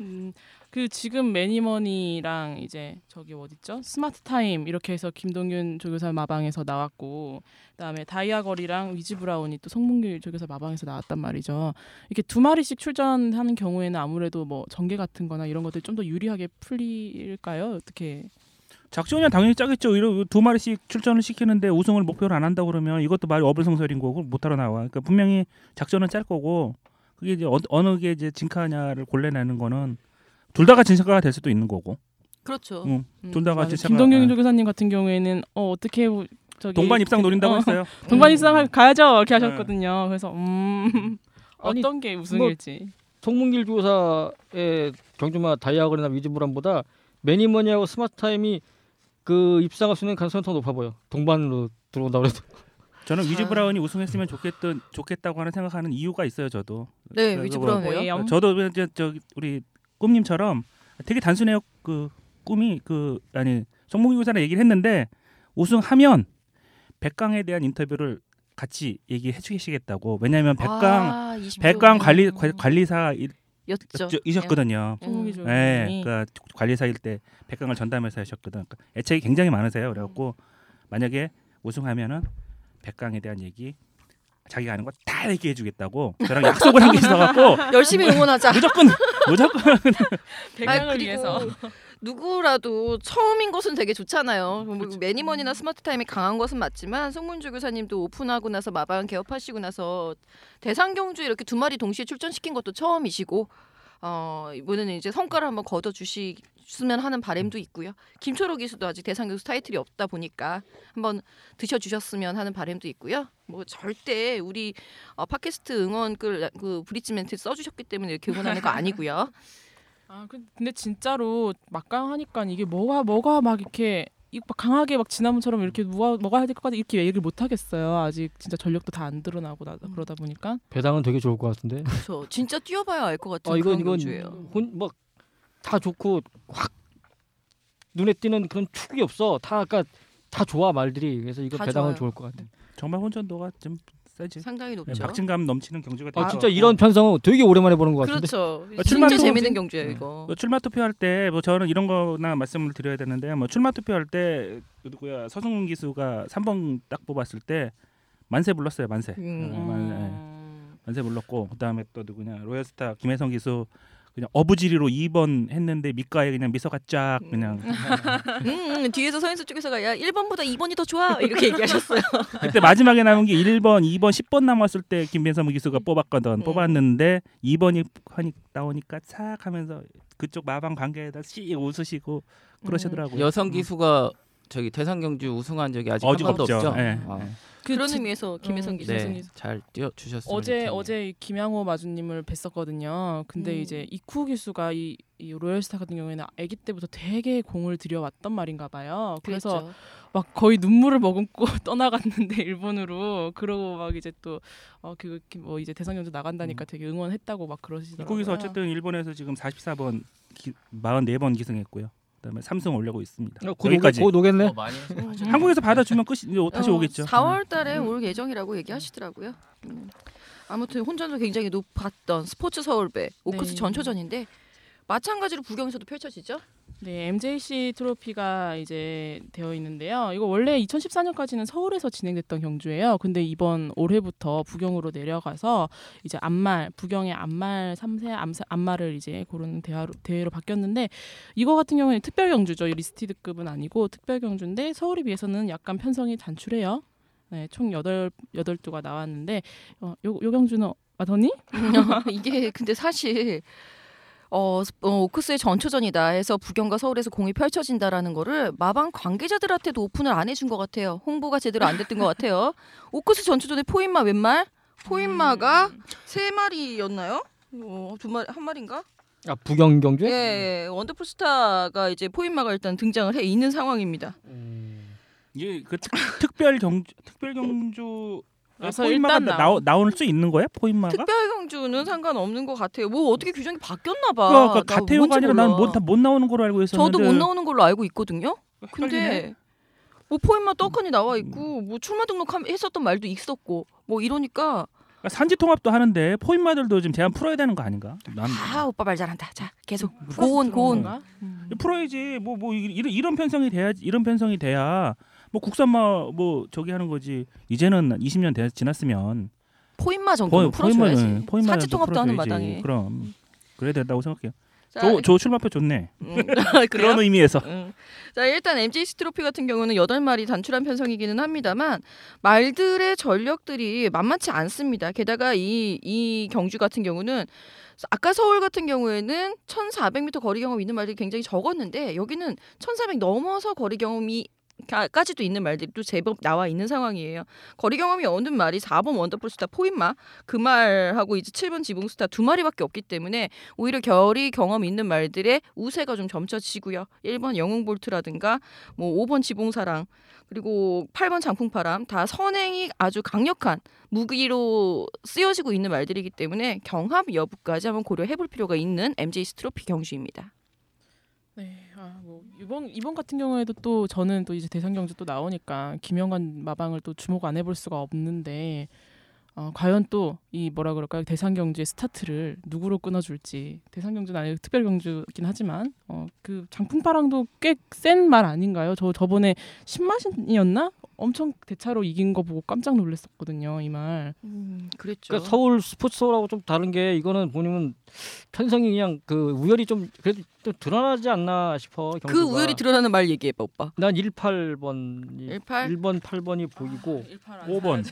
Speaker 2: 음, 그 지금 매니머니랑 이제 저기 어딨죠? 스마트 타임 이렇게 해서 김동균 조교사 마방에서 나왔고 그다음에 다이아걸이랑 위즈 브라운이 또 송문길 조교사 마방에서 나왔단 말이죠. 이렇게 두 마리씩 출전하는 경우에는 아무래도 뭐 전개 같은 거나 이런 것들이 좀 더 유리하게 풀릴까요? 어떻게
Speaker 4: 작전이야 당연히 짜겠죠. 이러 두 마리씩 출전을 시키는데 우승을 목표로 안 한다 그러면 이것도 말이 어불성설인 거고 못하러 나와. 그러니까 분명히 작전은 짤 거고 그게 이제 어, 어느 게 이제 진카냐를 골라내는 거는 둘 다가 진카가 될 수도 있는 거고
Speaker 6: 그렇죠.
Speaker 4: 음,
Speaker 2: 음,
Speaker 4: 둘다 같이
Speaker 2: 맞아요.
Speaker 4: 차가-
Speaker 2: 김동균
Speaker 4: 예.
Speaker 2: 조교사님 같은 경우에는 어 어떻게 우- 저기
Speaker 4: 동반 입상 노린다고
Speaker 2: 어,
Speaker 4: 했어요.
Speaker 2: *laughs* 동반 입상 할- 가야죠 이렇게
Speaker 4: 네.
Speaker 2: 하셨거든요. 그래서 음
Speaker 5: 아니,
Speaker 2: 어떤
Speaker 6: 뭐
Speaker 2: 게 우승일지.
Speaker 5: 송문길 조사의 경주마 다이아거리나 위즈브람보다 매니머니하고 스마트타임이 그 입상할 수 있는 가능성이 더 높아 보여. 동반으로 들어온다 그래도. *laughs*
Speaker 4: 저는 위즈
Speaker 6: 아.
Speaker 4: 브라운이 우승했으면 좋겠던 좋겠다고 하는 생각하는 이유가 있어요. 저도.
Speaker 6: 네,
Speaker 4: 그래서
Speaker 6: 위즈
Speaker 4: 뭐-
Speaker 6: 브라운. 왜요?
Speaker 2: 어, 뭐예요?
Speaker 4: 저도 이제 저 우리 꿈님처럼 되게 단순해요. 그 꿈이 그 아니 정목이 교사랑 얘기를 했는데 우승하면 백강에 대한 인터뷰를 같이 얘기해 주시겠다고. 왜냐하면 백강
Speaker 6: 아, 20조.
Speaker 4: 백강 관리
Speaker 6: 음.
Speaker 4: 관리사이셨거든요.
Speaker 6: 였죠.
Speaker 2: 송문길
Speaker 6: 음.
Speaker 4: 예,
Speaker 2: 조교사님이
Speaker 4: 그러니까 관리사일 때 백강을 전담해서 하셨거든. 그러니까 애착이 굉장히 많으세요. 그래갖고 만약에 우승하면은 백강에 대한 얘기 자기가 아는 거 다 얘기해 주겠다고 저랑 약속을 한 게
Speaker 6: *laughs*
Speaker 4: 있어갖고
Speaker 6: 예. 열심히
Speaker 5: 아,
Speaker 6: 응원하자.
Speaker 4: 무조건
Speaker 5: *laughs*
Speaker 4: 무조건
Speaker 2: 대강을
Speaker 6: 아, 그리고
Speaker 2: 위해서. *laughs*
Speaker 6: 누구라도 처음인 것은 되게 좋잖아요.
Speaker 2: 그렇죠.
Speaker 6: 뭐 매니머니나 스마트타임이 강한 것은 맞지만 송문주 교사님도 오픈하고 나서 마방 개업하시고 나서 대상 경주 이렇게 두 마리 동시에 출전시킨 것도 처음이시고 어, 이번에는 이제 성과를 한번 거둬 주시면 하는 바람도 있고요. 김초로 기수도 아직 대상 교수 타이틀이 없다 보니까 한번 드셔 주셨으면 하는 바람도 있고요. 뭐 절대 우리 어, 팟캐스트 응원 글, 그 브릿지 멘트 써 주셨기 때문에 이렇게
Speaker 2: *laughs*
Speaker 6: 응원하는 거 아니고요.
Speaker 2: 아 그- 근데 진짜로 막강 하니까 이게 뭐가 뭐가 막 이렇게 이- 막 강하게 막 지난번처럼 이렇게
Speaker 6: 음.
Speaker 2: 뭐가 뭐가 해야 될 것 같아 이렇게 얘기를 못 하겠어요. 아직 진짜 전력도 다 안 드러나고 나,
Speaker 6: 음.
Speaker 2: 그러다 보니까
Speaker 5: 배당은 되게 좋을 것 같은데.
Speaker 6: 저 진짜 뛰어봐야 알 것 같은
Speaker 5: 아 이건
Speaker 6: 그런
Speaker 5: 이건
Speaker 6: 경주예요.
Speaker 5: 혼막다 좋고 확 눈에 띄는 그런 축이 없어. 다 아까 다 좋아 말들이. 그래서 이거
Speaker 6: 다
Speaker 5: 배당은 좋을
Speaker 6: 좋아요.
Speaker 5: 것 같아.
Speaker 4: 정말 혼전도가 좀 세지.
Speaker 6: 상당히
Speaker 4: 네,
Speaker 6: 높죠.
Speaker 4: 박진감 넘치는 경주가 어.
Speaker 5: 아
Speaker 4: 될것
Speaker 5: 진짜
Speaker 4: 같고.
Speaker 5: 이런 편성은 되게 오랜만에 보는 것 같은데.
Speaker 6: 그렇죠.
Speaker 4: 아,
Speaker 6: 진짜
Speaker 4: 출마도
Speaker 6: 재밌는
Speaker 4: 하지.
Speaker 6: 경주예요
Speaker 4: 네.
Speaker 6: 이거.
Speaker 4: 뭐 출마 투표할 때 뭐 저는 이런 거나 말씀을 드려야 되는데 뭐 출마 투표할 때 누구야 서승훈 기수가 3번 딱 뽑았을 때 만세 불렀어요 만세
Speaker 6: 음.
Speaker 4: 네, 만, 네, 만세 불렀고 그다음에 또 누구냐 로얄스타 김혜성 기수 그냥 어부지리로 2번 했는데 밑가에 그냥 미소가 쫙 그냥
Speaker 6: 음, 음, 뒤에서 서인수 쪽에서가 야 1번보다 2번이 더 좋아 이렇게 얘기하셨어요.
Speaker 4: 그때 마지막에 남은 게 1번, 2번, 10번 남았을 때 김민삼 기수가 뽑았거든.
Speaker 6: 음.
Speaker 4: 뽑았는데 2번이 하니 나오니까 착 하면서 그쪽 마방 관계에다 씩 웃으시고
Speaker 2: 음.
Speaker 4: 그러시더라고요.
Speaker 3: 여성 기수가 저기 대상 경주 우승한 적이 아직
Speaker 4: 어직
Speaker 3: 한 번도
Speaker 4: 없죠.
Speaker 3: 없죠.
Speaker 4: 예.
Speaker 3: 아,
Speaker 2: 그
Speaker 6: 그런
Speaker 2: 지-
Speaker 6: 의미에서 김혜성 기자.
Speaker 2: 여성
Speaker 3: 네,
Speaker 2: 기수.
Speaker 3: 잘 뛰어 주셨습니다.
Speaker 2: 어제 어제 김양호 마주님을 뵀었거든요. 근데
Speaker 6: 음.
Speaker 2: 이제 이쿠 기수가 이, 이 로열스타 같은 경우에는 아기 때부터 되게 공을 들여왔단 말인가 봐요. 그래서
Speaker 6: 그래서
Speaker 2: 막 거의 눈물을 머금고 *laughs* 떠나갔는데 일본으로 그러고 막 이제 또어그뭐 이제 대상 경주
Speaker 6: 음.
Speaker 2: 나간다니까 되게 응원했다고 막 그러시더라고요.
Speaker 4: 거기서 어쨌든 일본에서 지금 44번 기, 44번 기승했고요. 그다음에 삼성 올려고 있습니다.
Speaker 5: 어, 곧 오겠,
Speaker 4: 여기까지.
Speaker 5: 곧 오겠네.
Speaker 3: 어, 많이 해서
Speaker 6: 음.
Speaker 4: 한국에서 받아주면 끝이 이제 다시
Speaker 6: 어,
Speaker 4: 오겠죠. 음.
Speaker 6: 4월 달에 올 예정이라고 얘기하시더라고요. 음. 아무튼 혼전도 굉장히 높았던 스포츠 서울배 오크스
Speaker 2: 네.
Speaker 6: 전초전인데 마찬가지로 부경에서도 펼쳐지죠.
Speaker 2: 네, MJC 트로피가 이제 되어 있는데요. 이거 원래 2014년까지는 서울에서 진행됐던 경주예요. 근데 이번 올해부터 부경으로 내려가서 이제 안말, 부경의 안말 3세 암사- 안말을 이제 고르는 대화로, 대회로 바뀌었는데 이거 같은 경우에는 특별 경주죠. 이 리스티드급은 아니고 특별 경주인데 서울에 비해서는 약간 편성이 단출해요. 네, 총 여덟 여덟 두가 나왔는데 어, 요, 요 경주는 와더니?
Speaker 6: *laughs* 이게 근데 사실 어, 스- 어, 오크스의 전초전이다 해서 부경과 서울에서 공이 펼쳐진다라는 거를 마방 관계자들한테도 오픈을 안 해준 것 같아요. 홍보가 제대로 안 됐던
Speaker 4: *laughs*
Speaker 6: 것 같아요. 오크스 전초전의 포인마 웬 말? 포인마가
Speaker 4: 음.
Speaker 6: 세 마리였나요? 어, 두 마리 한 마리인가?
Speaker 5: 아 부경 경주에?
Speaker 6: 예, 예. 원더풀 스타가 이제 포인마가 일단 등장을 해 있는 상황입니다.
Speaker 5: 음.
Speaker 4: 이게 그 특, 특별 경주 특별 경주
Speaker 2: 그래서
Speaker 4: 포인마가
Speaker 2: 일단
Speaker 4: 나오,
Speaker 2: 나오-
Speaker 4: 나올 수 있는 거야? 포인마가?
Speaker 6: 특별 경주는 상관없는 것 같아요. 뭐 어떻게 규정이 바뀌었나 봐.
Speaker 4: 그거 아까
Speaker 6: 나
Speaker 4: 그러니까 가태우가
Speaker 6: 뭔지
Speaker 4: 아니라
Speaker 6: 몰라.
Speaker 4: 난못못 나오는 걸로 알고 있었는데
Speaker 6: 저도 못 나오는 걸로 알고 있거든요.
Speaker 4: 헷갈리네. 음.
Speaker 6: 근데 뭐 포인마 떡하니 나와 있고 뭐 출마 등록했었던 말도 있었고 뭐 이러니까
Speaker 4: 그러니까 산지 통합도 하는데 포인마들도 지금 제한 풀어야 되는 거 아닌가? 난
Speaker 6: 아 오빠 말 잘한다. 자 계속 고온 고온.
Speaker 2: 그런가? 음.
Speaker 4: 풀어야지 뭐 뭐 이런 이런 편성이 돼야 이런 편성이 돼야 뭐 국산마 뭐 저기 하는 거지 이제는 20년 돼 지났으면
Speaker 6: 포인마 정도는 풀어줘야지. 산지
Speaker 4: 정도
Speaker 6: 통합도 하는
Speaker 4: 풀어줘야지.
Speaker 6: 마당에.
Speaker 4: 그럼 그래야 된다고 생각해요.
Speaker 6: 자,
Speaker 4: 저, 저 출마표 좋네.
Speaker 6: 음, *laughs* 그래요?
Speaker 4: 그런
Speaker 6: *laughs*
Speaker 4: 의미에서
Speaker 6: 음. 자 일단 MJC 트로피 같은 경우는 여덟 마리 단출한 편성이기는 합니다만 말들의 전력들이 만만치 않습니다. 게다가 이 이 경주 같은 경우는 아까 서울 같은 경우에는 1,400m 거리 경험 있는 말들이 굉장히 적었는데 여기는 1,400 넘어서 거리 경험이 가- 까지도 있는 말들이 또 제법 나와 있는 상황이에요. 거리 경험이 없는 말이 4번 원더풀 스타 포인마 그 말하고 이제 7번 지붕 스타 두 마리밖에 없기 때문에 오히려 결이 경험 있는 말들의 우세가 좀 점쳐지고요. 1번 영웅볼트라든가 뭐 5번 지봉사랑 그리고 8번 장풍바람 다 선행이 아주 강력한 무기로 쓰여지고 있는 말들이기 때문에 경합 여부까지 한번 고려해 볼 필요가 있는 MJ 스트로피 경주입니다.
Speaker 2: 네, 아, 뭐 이번 이번 같은 경우에도 또 저는 또 이제 대선 경주 또 나오니까 김영관 마방을 또 주목 안 해볼 수가 없는데 어, 과연 또 이 뭐라 그럴까요 대상 경주의 스타트를 누구로 끊어줄지 대상 경주는 아니고 특별 경주긴 하지만 어, 그 장풍파랑도 꽤 센 말 아닌가요? 저 저번에 신마신이었나? 엄청 대차로 이긴 거 보고 깜짝 놀랐었거든요 이 말.
Speaker 6: 음, 그랬죠.
Speaker 5: 그러니까 서울 스포츠 서울하고 좀 다른 게 이거는 보면 편성이 그냥 그 우열이 좀 그래도 좀 드러나지 않나 싶어. 경주가.
Speaker 6: 그 우열이 드러나는 말 얘기해 봐 오빠.
Speaker 5: 난 18번이
Speaker 6: 18?
Speaker 5: 1번 8번이 보이고
Speaker 2: 아,
Speaker 4: 5번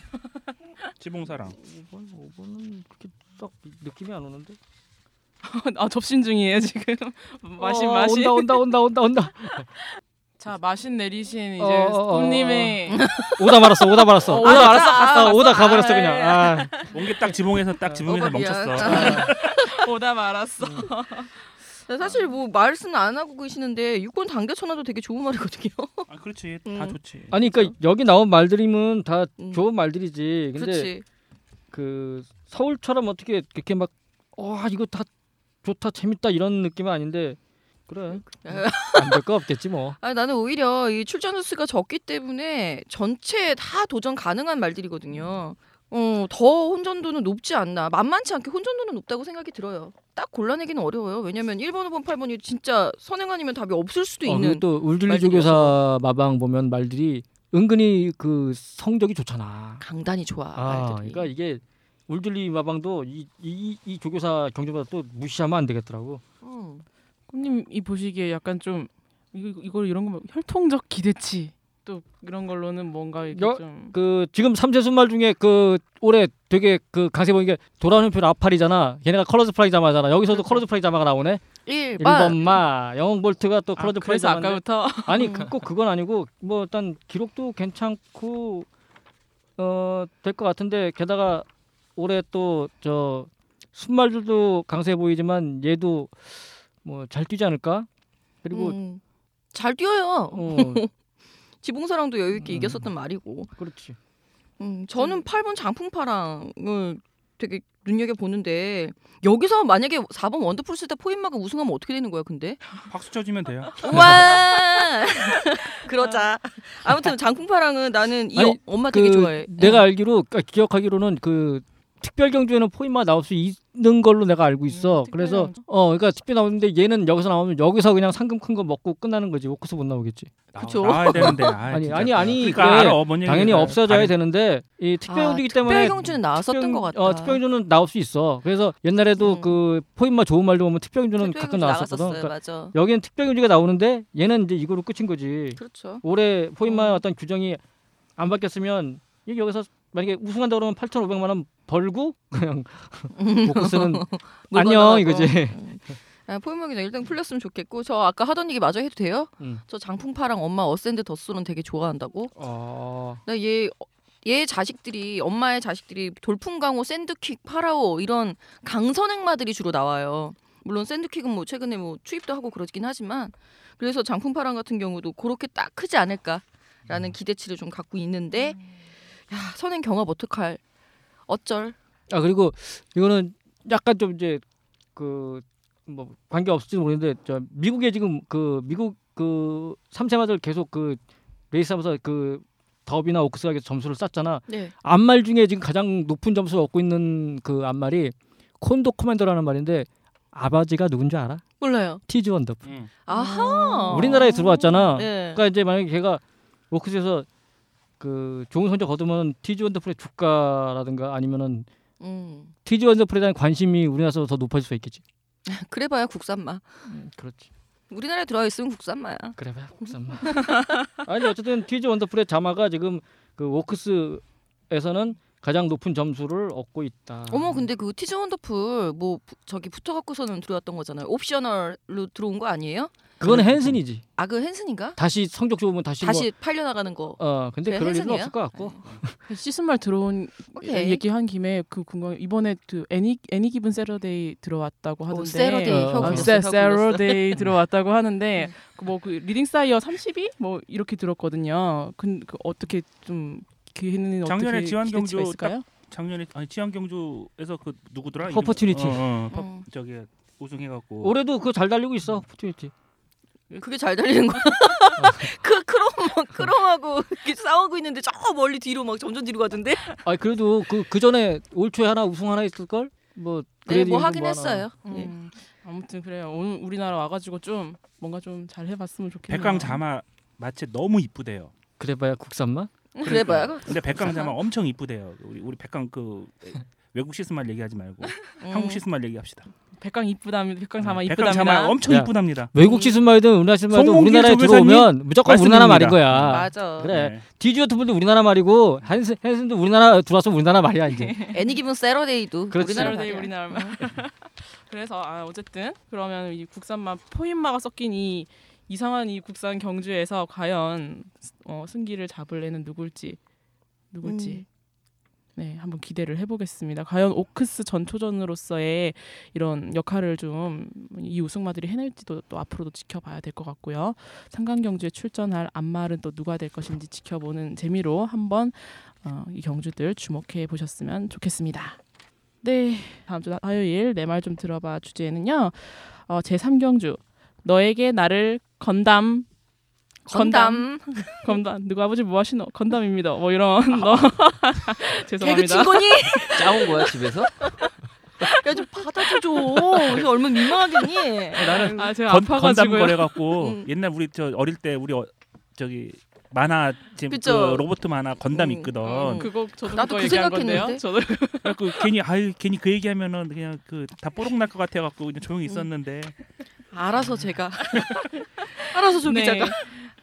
Speaker 4: 지봉사랑
Speaker 5: 아, 5번 5번은 그렇게 딱 느낌이 안 오는데.
Speaker 2: 아 접신 중이에요 지금 *laughs* 마신
Speaker 5: 어,
Speaker 2: 마신.
Speaker 5: 온다 온다 온다 온다 온다.
Speaker 2: 자 마신 내리신 이제
Speaker 5: 어, 어, 어.
Speaker 2: 꿈님의
Speaker 5: 오다 말았어 오다 말았어.
Speaker 2: 어,
Speaker 5: 오다
Speaker 2: 오다 알았어,
Speaker 5: 말았어. 아,
Speaker 2: 알았어.
Speaker 5: 오다 가버렸어
Speaker 2: 아,
Speaker 5: 그냥.
Speaker 2: 예, 예.
Speaker 5: 아,
Speaker 4: 온 게 딱 지봉에서 딱 지봉에서
Speaker 6: 어, 오빠 미안. *laughs*
Speaker 4: 멈췄어.
Speaker 2: 오다 말았어.
Speaker 4: 음.
Speaker 6: 자, 사실 뭐 말씀 안 하고 계시는데 유권 당대 천하도 되게 좋은 말이거든요.
Speaker 4: 아, 그렇지 다
Speaker 6: 음.
Speaker 4: 좋지.
Speaker 5: 아니 그러니까 여기 나온 말들이면 다
Speaker 6: 음.
Speaker 5: 좋은 말들이지. 근데
Speaker 6: 그렇지.
Speaker 5: 그 서울처럼 어떻게 그렇게 막와 어, 아, 이거 다 좋다 재밌다 이런 느낌은 아닌데 그래 안 될 거 없겠지
Speaker 6: *laughs*
Speaker 5: 뭐.
Speaker 6: 아 나는 오히려 이 출전 횟수가 적기 때문에 전체 다 도전 가능한 말들이거든요. 어, 더 혼전도는 높지 않나. 만만치 않게 혼전도는 높다고 생각이 들어요. 딱 골라내기는 어려워요. 왜냐면 1번, 5번, 8번이 진짜 선행 아니면 답이 없을 수도
Speaker 5: 어,
Speaker 6: 있는.
Speaker 5: 그리고 또 울들리
Speaker 6: 말들이
Speaker 5: 조교사 마방 보면 말들이 은근히 그 성적이 좋잖아.
Speaker 6: 강단이 좋아.
Speaker 5: 아,
Speaker 6: 말들이.
Speaker 5: 그러니까 이게 울들리 마방도 이, 이, 이 조교사 경주보다 또 무시하면 안 되겠더라고.
Speaker 6: 음.
Speaker 2: 꿈님이 보시기에 약간 좀 이거 이걸 이런 거뭐 혈통적 기대치 또 이런 걸로는 뭔가 이게
Speaker 5: 여-
Speaker 2: 좀
Speaker 5: 그 지금 삼세 순말 중에 그 올해 되게 그 강세 보이게 돌아오는 표 아팔이잖아. 걔네가 컬러즈 프라이 자마잖아. 여기서도
Speaker 6: 그렇죠.
Speaker 5: 컬러즈 프라이 자마가 나오네.
Speaker 6: 1번.
Speaker 5: 1번마 영웅 볼트가 또
Speaker 2: 아,
Speaker 5: 컬러즈 프라이
Speaker 2: 그래서
Speaker 5: 자마인데
Speaker 2: 아까부터 *laughs* 음.
Speaker 5: 아니 그- 꼭 그건 아니고 뭐 일단 기록도 괜찮고 어될 것 같은데 게다가 올해 또 저 순말들도 강세 보이지만 얘도 뭐 잘 뛰지 않을까? 그리고
Speaker 6: 음. 잘 뛰어요.
Speaker 2: *laughs*
Speaker 5: 어
Speaker 6: 지봉사랑도 여유 있게
Speaker 5: 음.
Speaker 6: 이겼었던 말이고.
Speaker 5: 그렇지
Speaker 6: 음, 저는 8번 장풍파랑을 되게 눈여겨 보는데 여기서 만약에 4번 원더풀 스타 포인마가 우승하면 어떻게 되는 거야? 근데
Speaker 4: 박수 쳐주면 돼요.
Speaker 6: 우와 *laughs* 그러자 아무튼 장풍파랑은 나는 이
Speaker 5: 아니,
Speaker 6: 어- 엄마
Speaker 5: 그
Speaker 6: 되게 좋아해.
Speaker 2: 음.
Speaker 6: 네.
Speaker 5: 내가 알기로 그러니까 기억하기로는 그 특별 경주에는 포인마 나올 수 있는 걸로 내가 알고 있어.
Speaker 2: 음, 특별
Speaker 5: 그래서
Speaker 2: 경주.
Speaker 5: 어 그러니까 특별 나오는데 얘는 여기서 나오면 여기서 그냥 상금 큰 거 먹고 끝나는 거지. 워커서 못 나오겠지.
Speaker 4: 나,
Speaker 6: 그쵸.
Speaker 4: 나와야 되는데. 아,
Speaker 5: 아니,
Speaker 4: 진짜.
Speaker 5: 아니, 아니,
Speaker 4: 그러니까
Speaker 5: 그게
Speaker 4: 알아, 뭔 얘기인지.
Speaker 5: 당연히 없어져야
Speaker 4: 아니,
Speaker 5: 되는데 이 특별
Speaker 6: 아,
Speaker 5: 경주이기 때문에
Speaker 6: 특별 경주는 나왔었던 것 같아.
Speaker 5: 어, 특별 경주는 나올 수 있어. 그래서 옛날에도
Speaker 6: 음.
Speaker 5: 그 포인마 좋은 말로 보면 특별 경주는
Speaker 6: 특별
Speaker 5: 가끔
Speaker 6: 경주
Speaker 5: 나왔었거든.
Speaker 6: 나갔었어요.
Speaker 5: 그러니까
Speaker 6: 맞아.
Speaker 5: 여기는 특별 경주가 나오는데 얘는 이제 이거로 끝인 거지.
Speaker 6: 그렇죠.
Speaker 5: 올해 포인마
Speaker 6: 어.
Speaker 5: 어떤 규정이 안 바뀌었으면 이게 여기서 만약에 우승한다 그러면 8,500만 원 벌고
Speaker 6: *laughs*
Speaker 5: 그냥 먹고 쓰는
Speaker 6: 물건
Speaker 5: 안녕
Speaker 6: 나가고.
Speaker 5: 이거지.
Speaker 6: 아, 포인마 기자 일단 풀렸으면 좋겠고 저 아까 하던 얘기 마저 해도 돼요?
Speaker 5: 음.
Speaker 6: 저 장풍파랑 엄마 어센드 더스는 되게 좋아한다고.
Speaker 5: 어.
Speaker 6: 나얘얘 자식들이 엄마의 자식들이 돌풍강호, 샌드킥, 파라오 이런 강선행마들이 주로 나와요. 물론 샌드킥은 뭐 최근에 뭐 투입도 하고 그러긴 하지만 그래서 장풍파랑 같은 경우도 그렇게 딱 크지 않을까라는 기대치를 좀 갖고 있는데 야 선행 경합 어떡할 어쩔
Speaker 5: 아 그리고 이거는 약간 좀 이제 그 뭐 관계 없을지 모르는데 저 미국에 지금 그 미국 그 삼세마들 계속 그 레이스하면서 그 더비나 오크스하게 점수를 쌌잖아.
Speaker 6: 네
Speaker 5: 암말 중에 지금 가장 높은 점수를 얻고 있는 그 암말이 콘도 커맨더라는 말인데 아버지가 누군지 알아?
Speaker 6: 몰라요
Speaker 5: 티즈 원더풀.
Speaker 4: 음.
Speaker 6: 아하
Speaker 5: 우리나라에 들어왔잖아.
Speaker 6: 어. 네.
Speaker 5: 그러니까 이제 만약에 걔가 워크스에서 그 좋은 성적 거두면 티즈 원더풀의 주가라든가 아니면은
Speaker 6: 음.
Speaker 5: 티즈 원더풀에 대한 관심이 우리나라에서 더 높아질 수 있겠지.
Speaker 6: 그래봐야 국산마
Speaker 5: 그렇지.
Speaker 6: 우리나라에 들어와 있으면 국산마야
Speaker 5: 그래봐야 국산만. *laughs* 아니 어쨌든 티즈 원더풀의 자마가 지금 그 워크스에서는 가장 높은 점수를 얻고 있다.
Speaker 6: 어머 근데 그 티즈 원더풀 뭐 부- 저기 붙어갖고서는 들어왔던 거잖아요 옵셔널로 들어온 거 아니에요?
Speaker 5: 그건 헨슨이지.
Speaker 6: 아 그 헨슨인가?
Speaker 5: 다시 성적 좋으면 다시 뭐-
Speaker 6: 다시 팔려나가는 거
Speaker 5: 어 근데
Speaker 6: 그래,
Speaker 5: 그럴 일은
Speaker 6: 어, 헨슨이에요? 네.
Speaker 5: 없을 것 같고.
Speaker 2: 시즌말 들어온
Speaker 6: 오케이.
Speaker 2: 얘기 한 김에 그 궁금 이번에 그 애니 애니 기분 세러데이 들어왔다고 하던데.
Speaker 6: 오, 세러데이
Speaker 5: 어,
Speaker 6: 혀
Speaker 5: 어,
Speaker 6: 굴렸어, 네.
Speaker 2: 세,
Speaker 6: 혀 굴렸어. *laughs*
Speaker 2: 세러데이 들어왔다고 하는데 뭐 그 리딩 사이어 32 뭐 이렇게 들었거든요. 근- 그, 어떻게 좀 기회는
Speaker 4: 작년에
Speaker 2: 어떻게
Speaker 4: 지환
Speaker 2: 기대치가
Speaker 4: 경주 딱
Speaker 2: 있을까요?
Speaker 4: 작년에 아니 치안경주에서 그 누구더라?
Speaker 5: 퍼포튜니티.
Speaker 4: 이름- 어, 어, 퍼-
Speaker 6: 음.
Speaker 4: 저기 우승해갖고.
Speaker 5: 올해도 그거 잘 달리고 있어 포트위티.
Speaker 6: 그게 잘 달리는 거야 *laughs* 그 크롬 크롬하고 이렇게 싸우고 있는데 저 멀리 뒤로 막 점점 뒤로 *laughs* 가던데
Speaker 5: 아 그래도 그 그 전에 올 초에 하나 우승 하나 있을 걸. 뭐 그래도
Speaker 6: 네뭐
Speaker 5: 이거
Speaker 6: 하긴
Speaker 5: 하나.
Speaker 6: 했어요 네.
Speaker 2: 음, 아무튼 그래요. 오늘 우리나라 와가지고 좀 뭔가 좀 잘 해봤으면 좋겠네요.
Speaker 4: 백강 자마 마치 너무 이쁘대요.
Speaker 5: 그래봐야 국산만.
Speaker 6: 음, 그래봐야
Speaker 4: 근데 백강
Speaker 6: *laughs*
Speaker 4: 자마 엄청 이쁘대요. 우리 우리 백강 그 외국 시스말 얘기하지 말고
Speaker 6: 음.
Speaker 4: 한국 시스말 얘기합시다.
Speaker 2: 백강 이쁘답니다. 백강 자마
Speaker 4: 네, 백강 자마
Speaker 2: 이쁘답니다.
Speaker 4: 엄청
Speaker 5: 야.
Speaker 4: 이쁘답니다.
Speaker 6: 음.
Speaker 5: 외국 시스말이든 우리나라 시스말이든
Speaker 4: 송몽길
Speaker 5: 우리나라에
Speaker 4: 조교사님
Speaker 5: 들어오면 무조건 우리나라 말인 거야.
Speaker 6: 맞아
Speaker 5: 그래.
Speaker 4: 네.
Speaker 5: 디지어트분도 우리나라 말이고 헨슨 헨슨도 우리나라 들어와서 우리나라 말이야 이제.
Speaker 6: 애니 기분 세러데이도
Speaker 5: 그렇지.
Speaker 6: 우리나라
Speaker 2: 우리나라 대
Speaker 6: 말이야.
Speaker 2: 우리나라 말. *laughs* 그래서 아 어쨌든 그러면 이 국산만 포인마가 섞인 이 이상한 이 국산 경주에서 과연 어, 승기를 잡을 애는 누굴지 누굴지 네 한번 기대를 해보겠습니다. 과연 오크스 전초전으로서의 이런 역할을 좀 이 우승마들이 해낼지도 또 앞으로도 지켜봐야 될 것 같고요. 상강 경주에 출전할 안말은 또 누가 될 것인지 지켜보는 재미로 한번 어, 이 경주들 주목해 보셨으면 좋겠습니다. 네, 다음 주 화요일 내 말 좀 들어봐 주제는요. 어, 제 3경주 너에게 나를 건담
Speaker 6: 건담
Speaker 2: 건담 누가 아버지 뭐 하시노 건담입니다. 뭐 이런 너
Speaker 6: 아.
Speaker 2: *laughs*
Speaker 6: 개그
Speaker 2: 죄송합니다.
Speaker 6: 친거니
Speaker 3: 짜온 거야 집에서? *laughs*
Speaker 6: 야 그러니까 좀 받아줘 그래서 얼마나 민망하겠니
Speaker 4: 나는
Speaker 2: 아 제가
Speaker 4: 건, 건담
Speaker 2: 아파가지고요.
Speaker 4: 거래갖고
Speaker 6: 음.
Speaker 4: 옛날 우리 저 어릴 때 우리 어, 저기 만화 지금 그
Speaker 6: 그쵸.
Speaker 4: 로봇 만화 건담
Speaker 6: 음,
Speaker 4: 있거든.
Speaker 6: 음.
Speaker 2: 그거 저도
Speaker 6: 나도
Speaker 2: 그거
Speaker 6: 그
Speaker 2: 얘기한
Speaker 6: 생각했는데.
Speaker 2: 건데요. 저도
Speaker 4: 그 괜히 아유 괜히 그 얘기하면은 그냥 그 다 뽀록 날 것 같아갖고 그냥 조용히 있었는데
Speaker 6: 알아서 제가 알아서 조 기자가
Speaker 2: 네.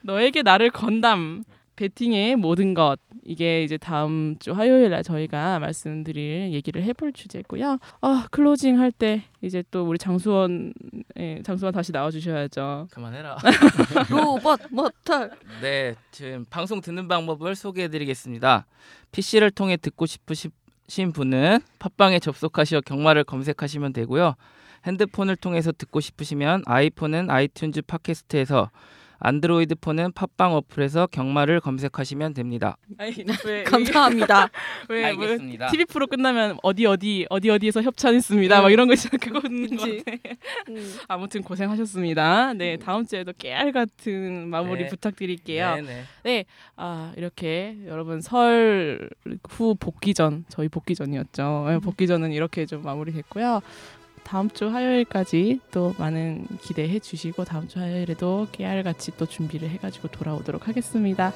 Speaker 2: 너에게 나를 건담 베팅의 모든 것 이게 이제 다음 주 화요일 날 저희가 말씀드릴 얘기를 해볼 주제고요. 아 클로징 할 때 이제 또 우리 장수원 예, 장수원 다시 나와주셔야죠.
Speaker 3: 그만해라.
Speaker 6: 로봇 모탈
Speaker 3: 네, 지금 방송 듣는 방법을 소개해드리겠습니다. PC를 통해 듣고 싶으신 분은 팟빵에 접속하시어 경마를 검색하시면 되고요. 핸드폰을 통해서 듣고 싶으시면 아이폰은 아이튠즈 팟캐스트에서 안드로이드 폰은 팟빵 어플에서 경마를 검색하시면 됩니다.
Speaker 2: 아니, 왜,
Speaker 6: 감사합니다.
Speaker 2: 왜, 왜, 왜 TV 프로 끝나면 어디 어디 어디 어디에서 협찬했습니다. 막
Speaker 6: 음.
Speaker 2: 이런 거 시작하고 있는 것
Speaker 6: 그치.
Speaker 2: 같아.
Speaker 6: 음.
Speaker 2: 아무튼 고생하셨습니다. 네, 다음 주에도 깨알 같은 마무리
Speaker 3: 네.
Speaker 2: 부탁드릴게요.
Speaker 3: 네네.
Speaker 2: 아, 이렇게 여러분 설 후 복귀전 저희 복귀전이었죠. 네, 복귀전은 이렇게 좀 마무리됐고요. 다음 주 화요일까지 또 많은 기대해 주시고 다음 주 화요일에도 깨알 같이 또 준비를 해가지고 돌아오도록 하겠습니다.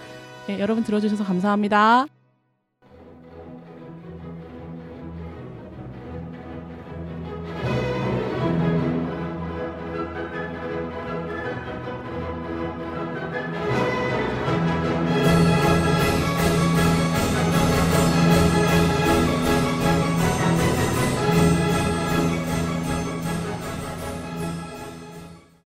Speaker 2: 네, 여러분 들어주셔서 예, 감사합니다.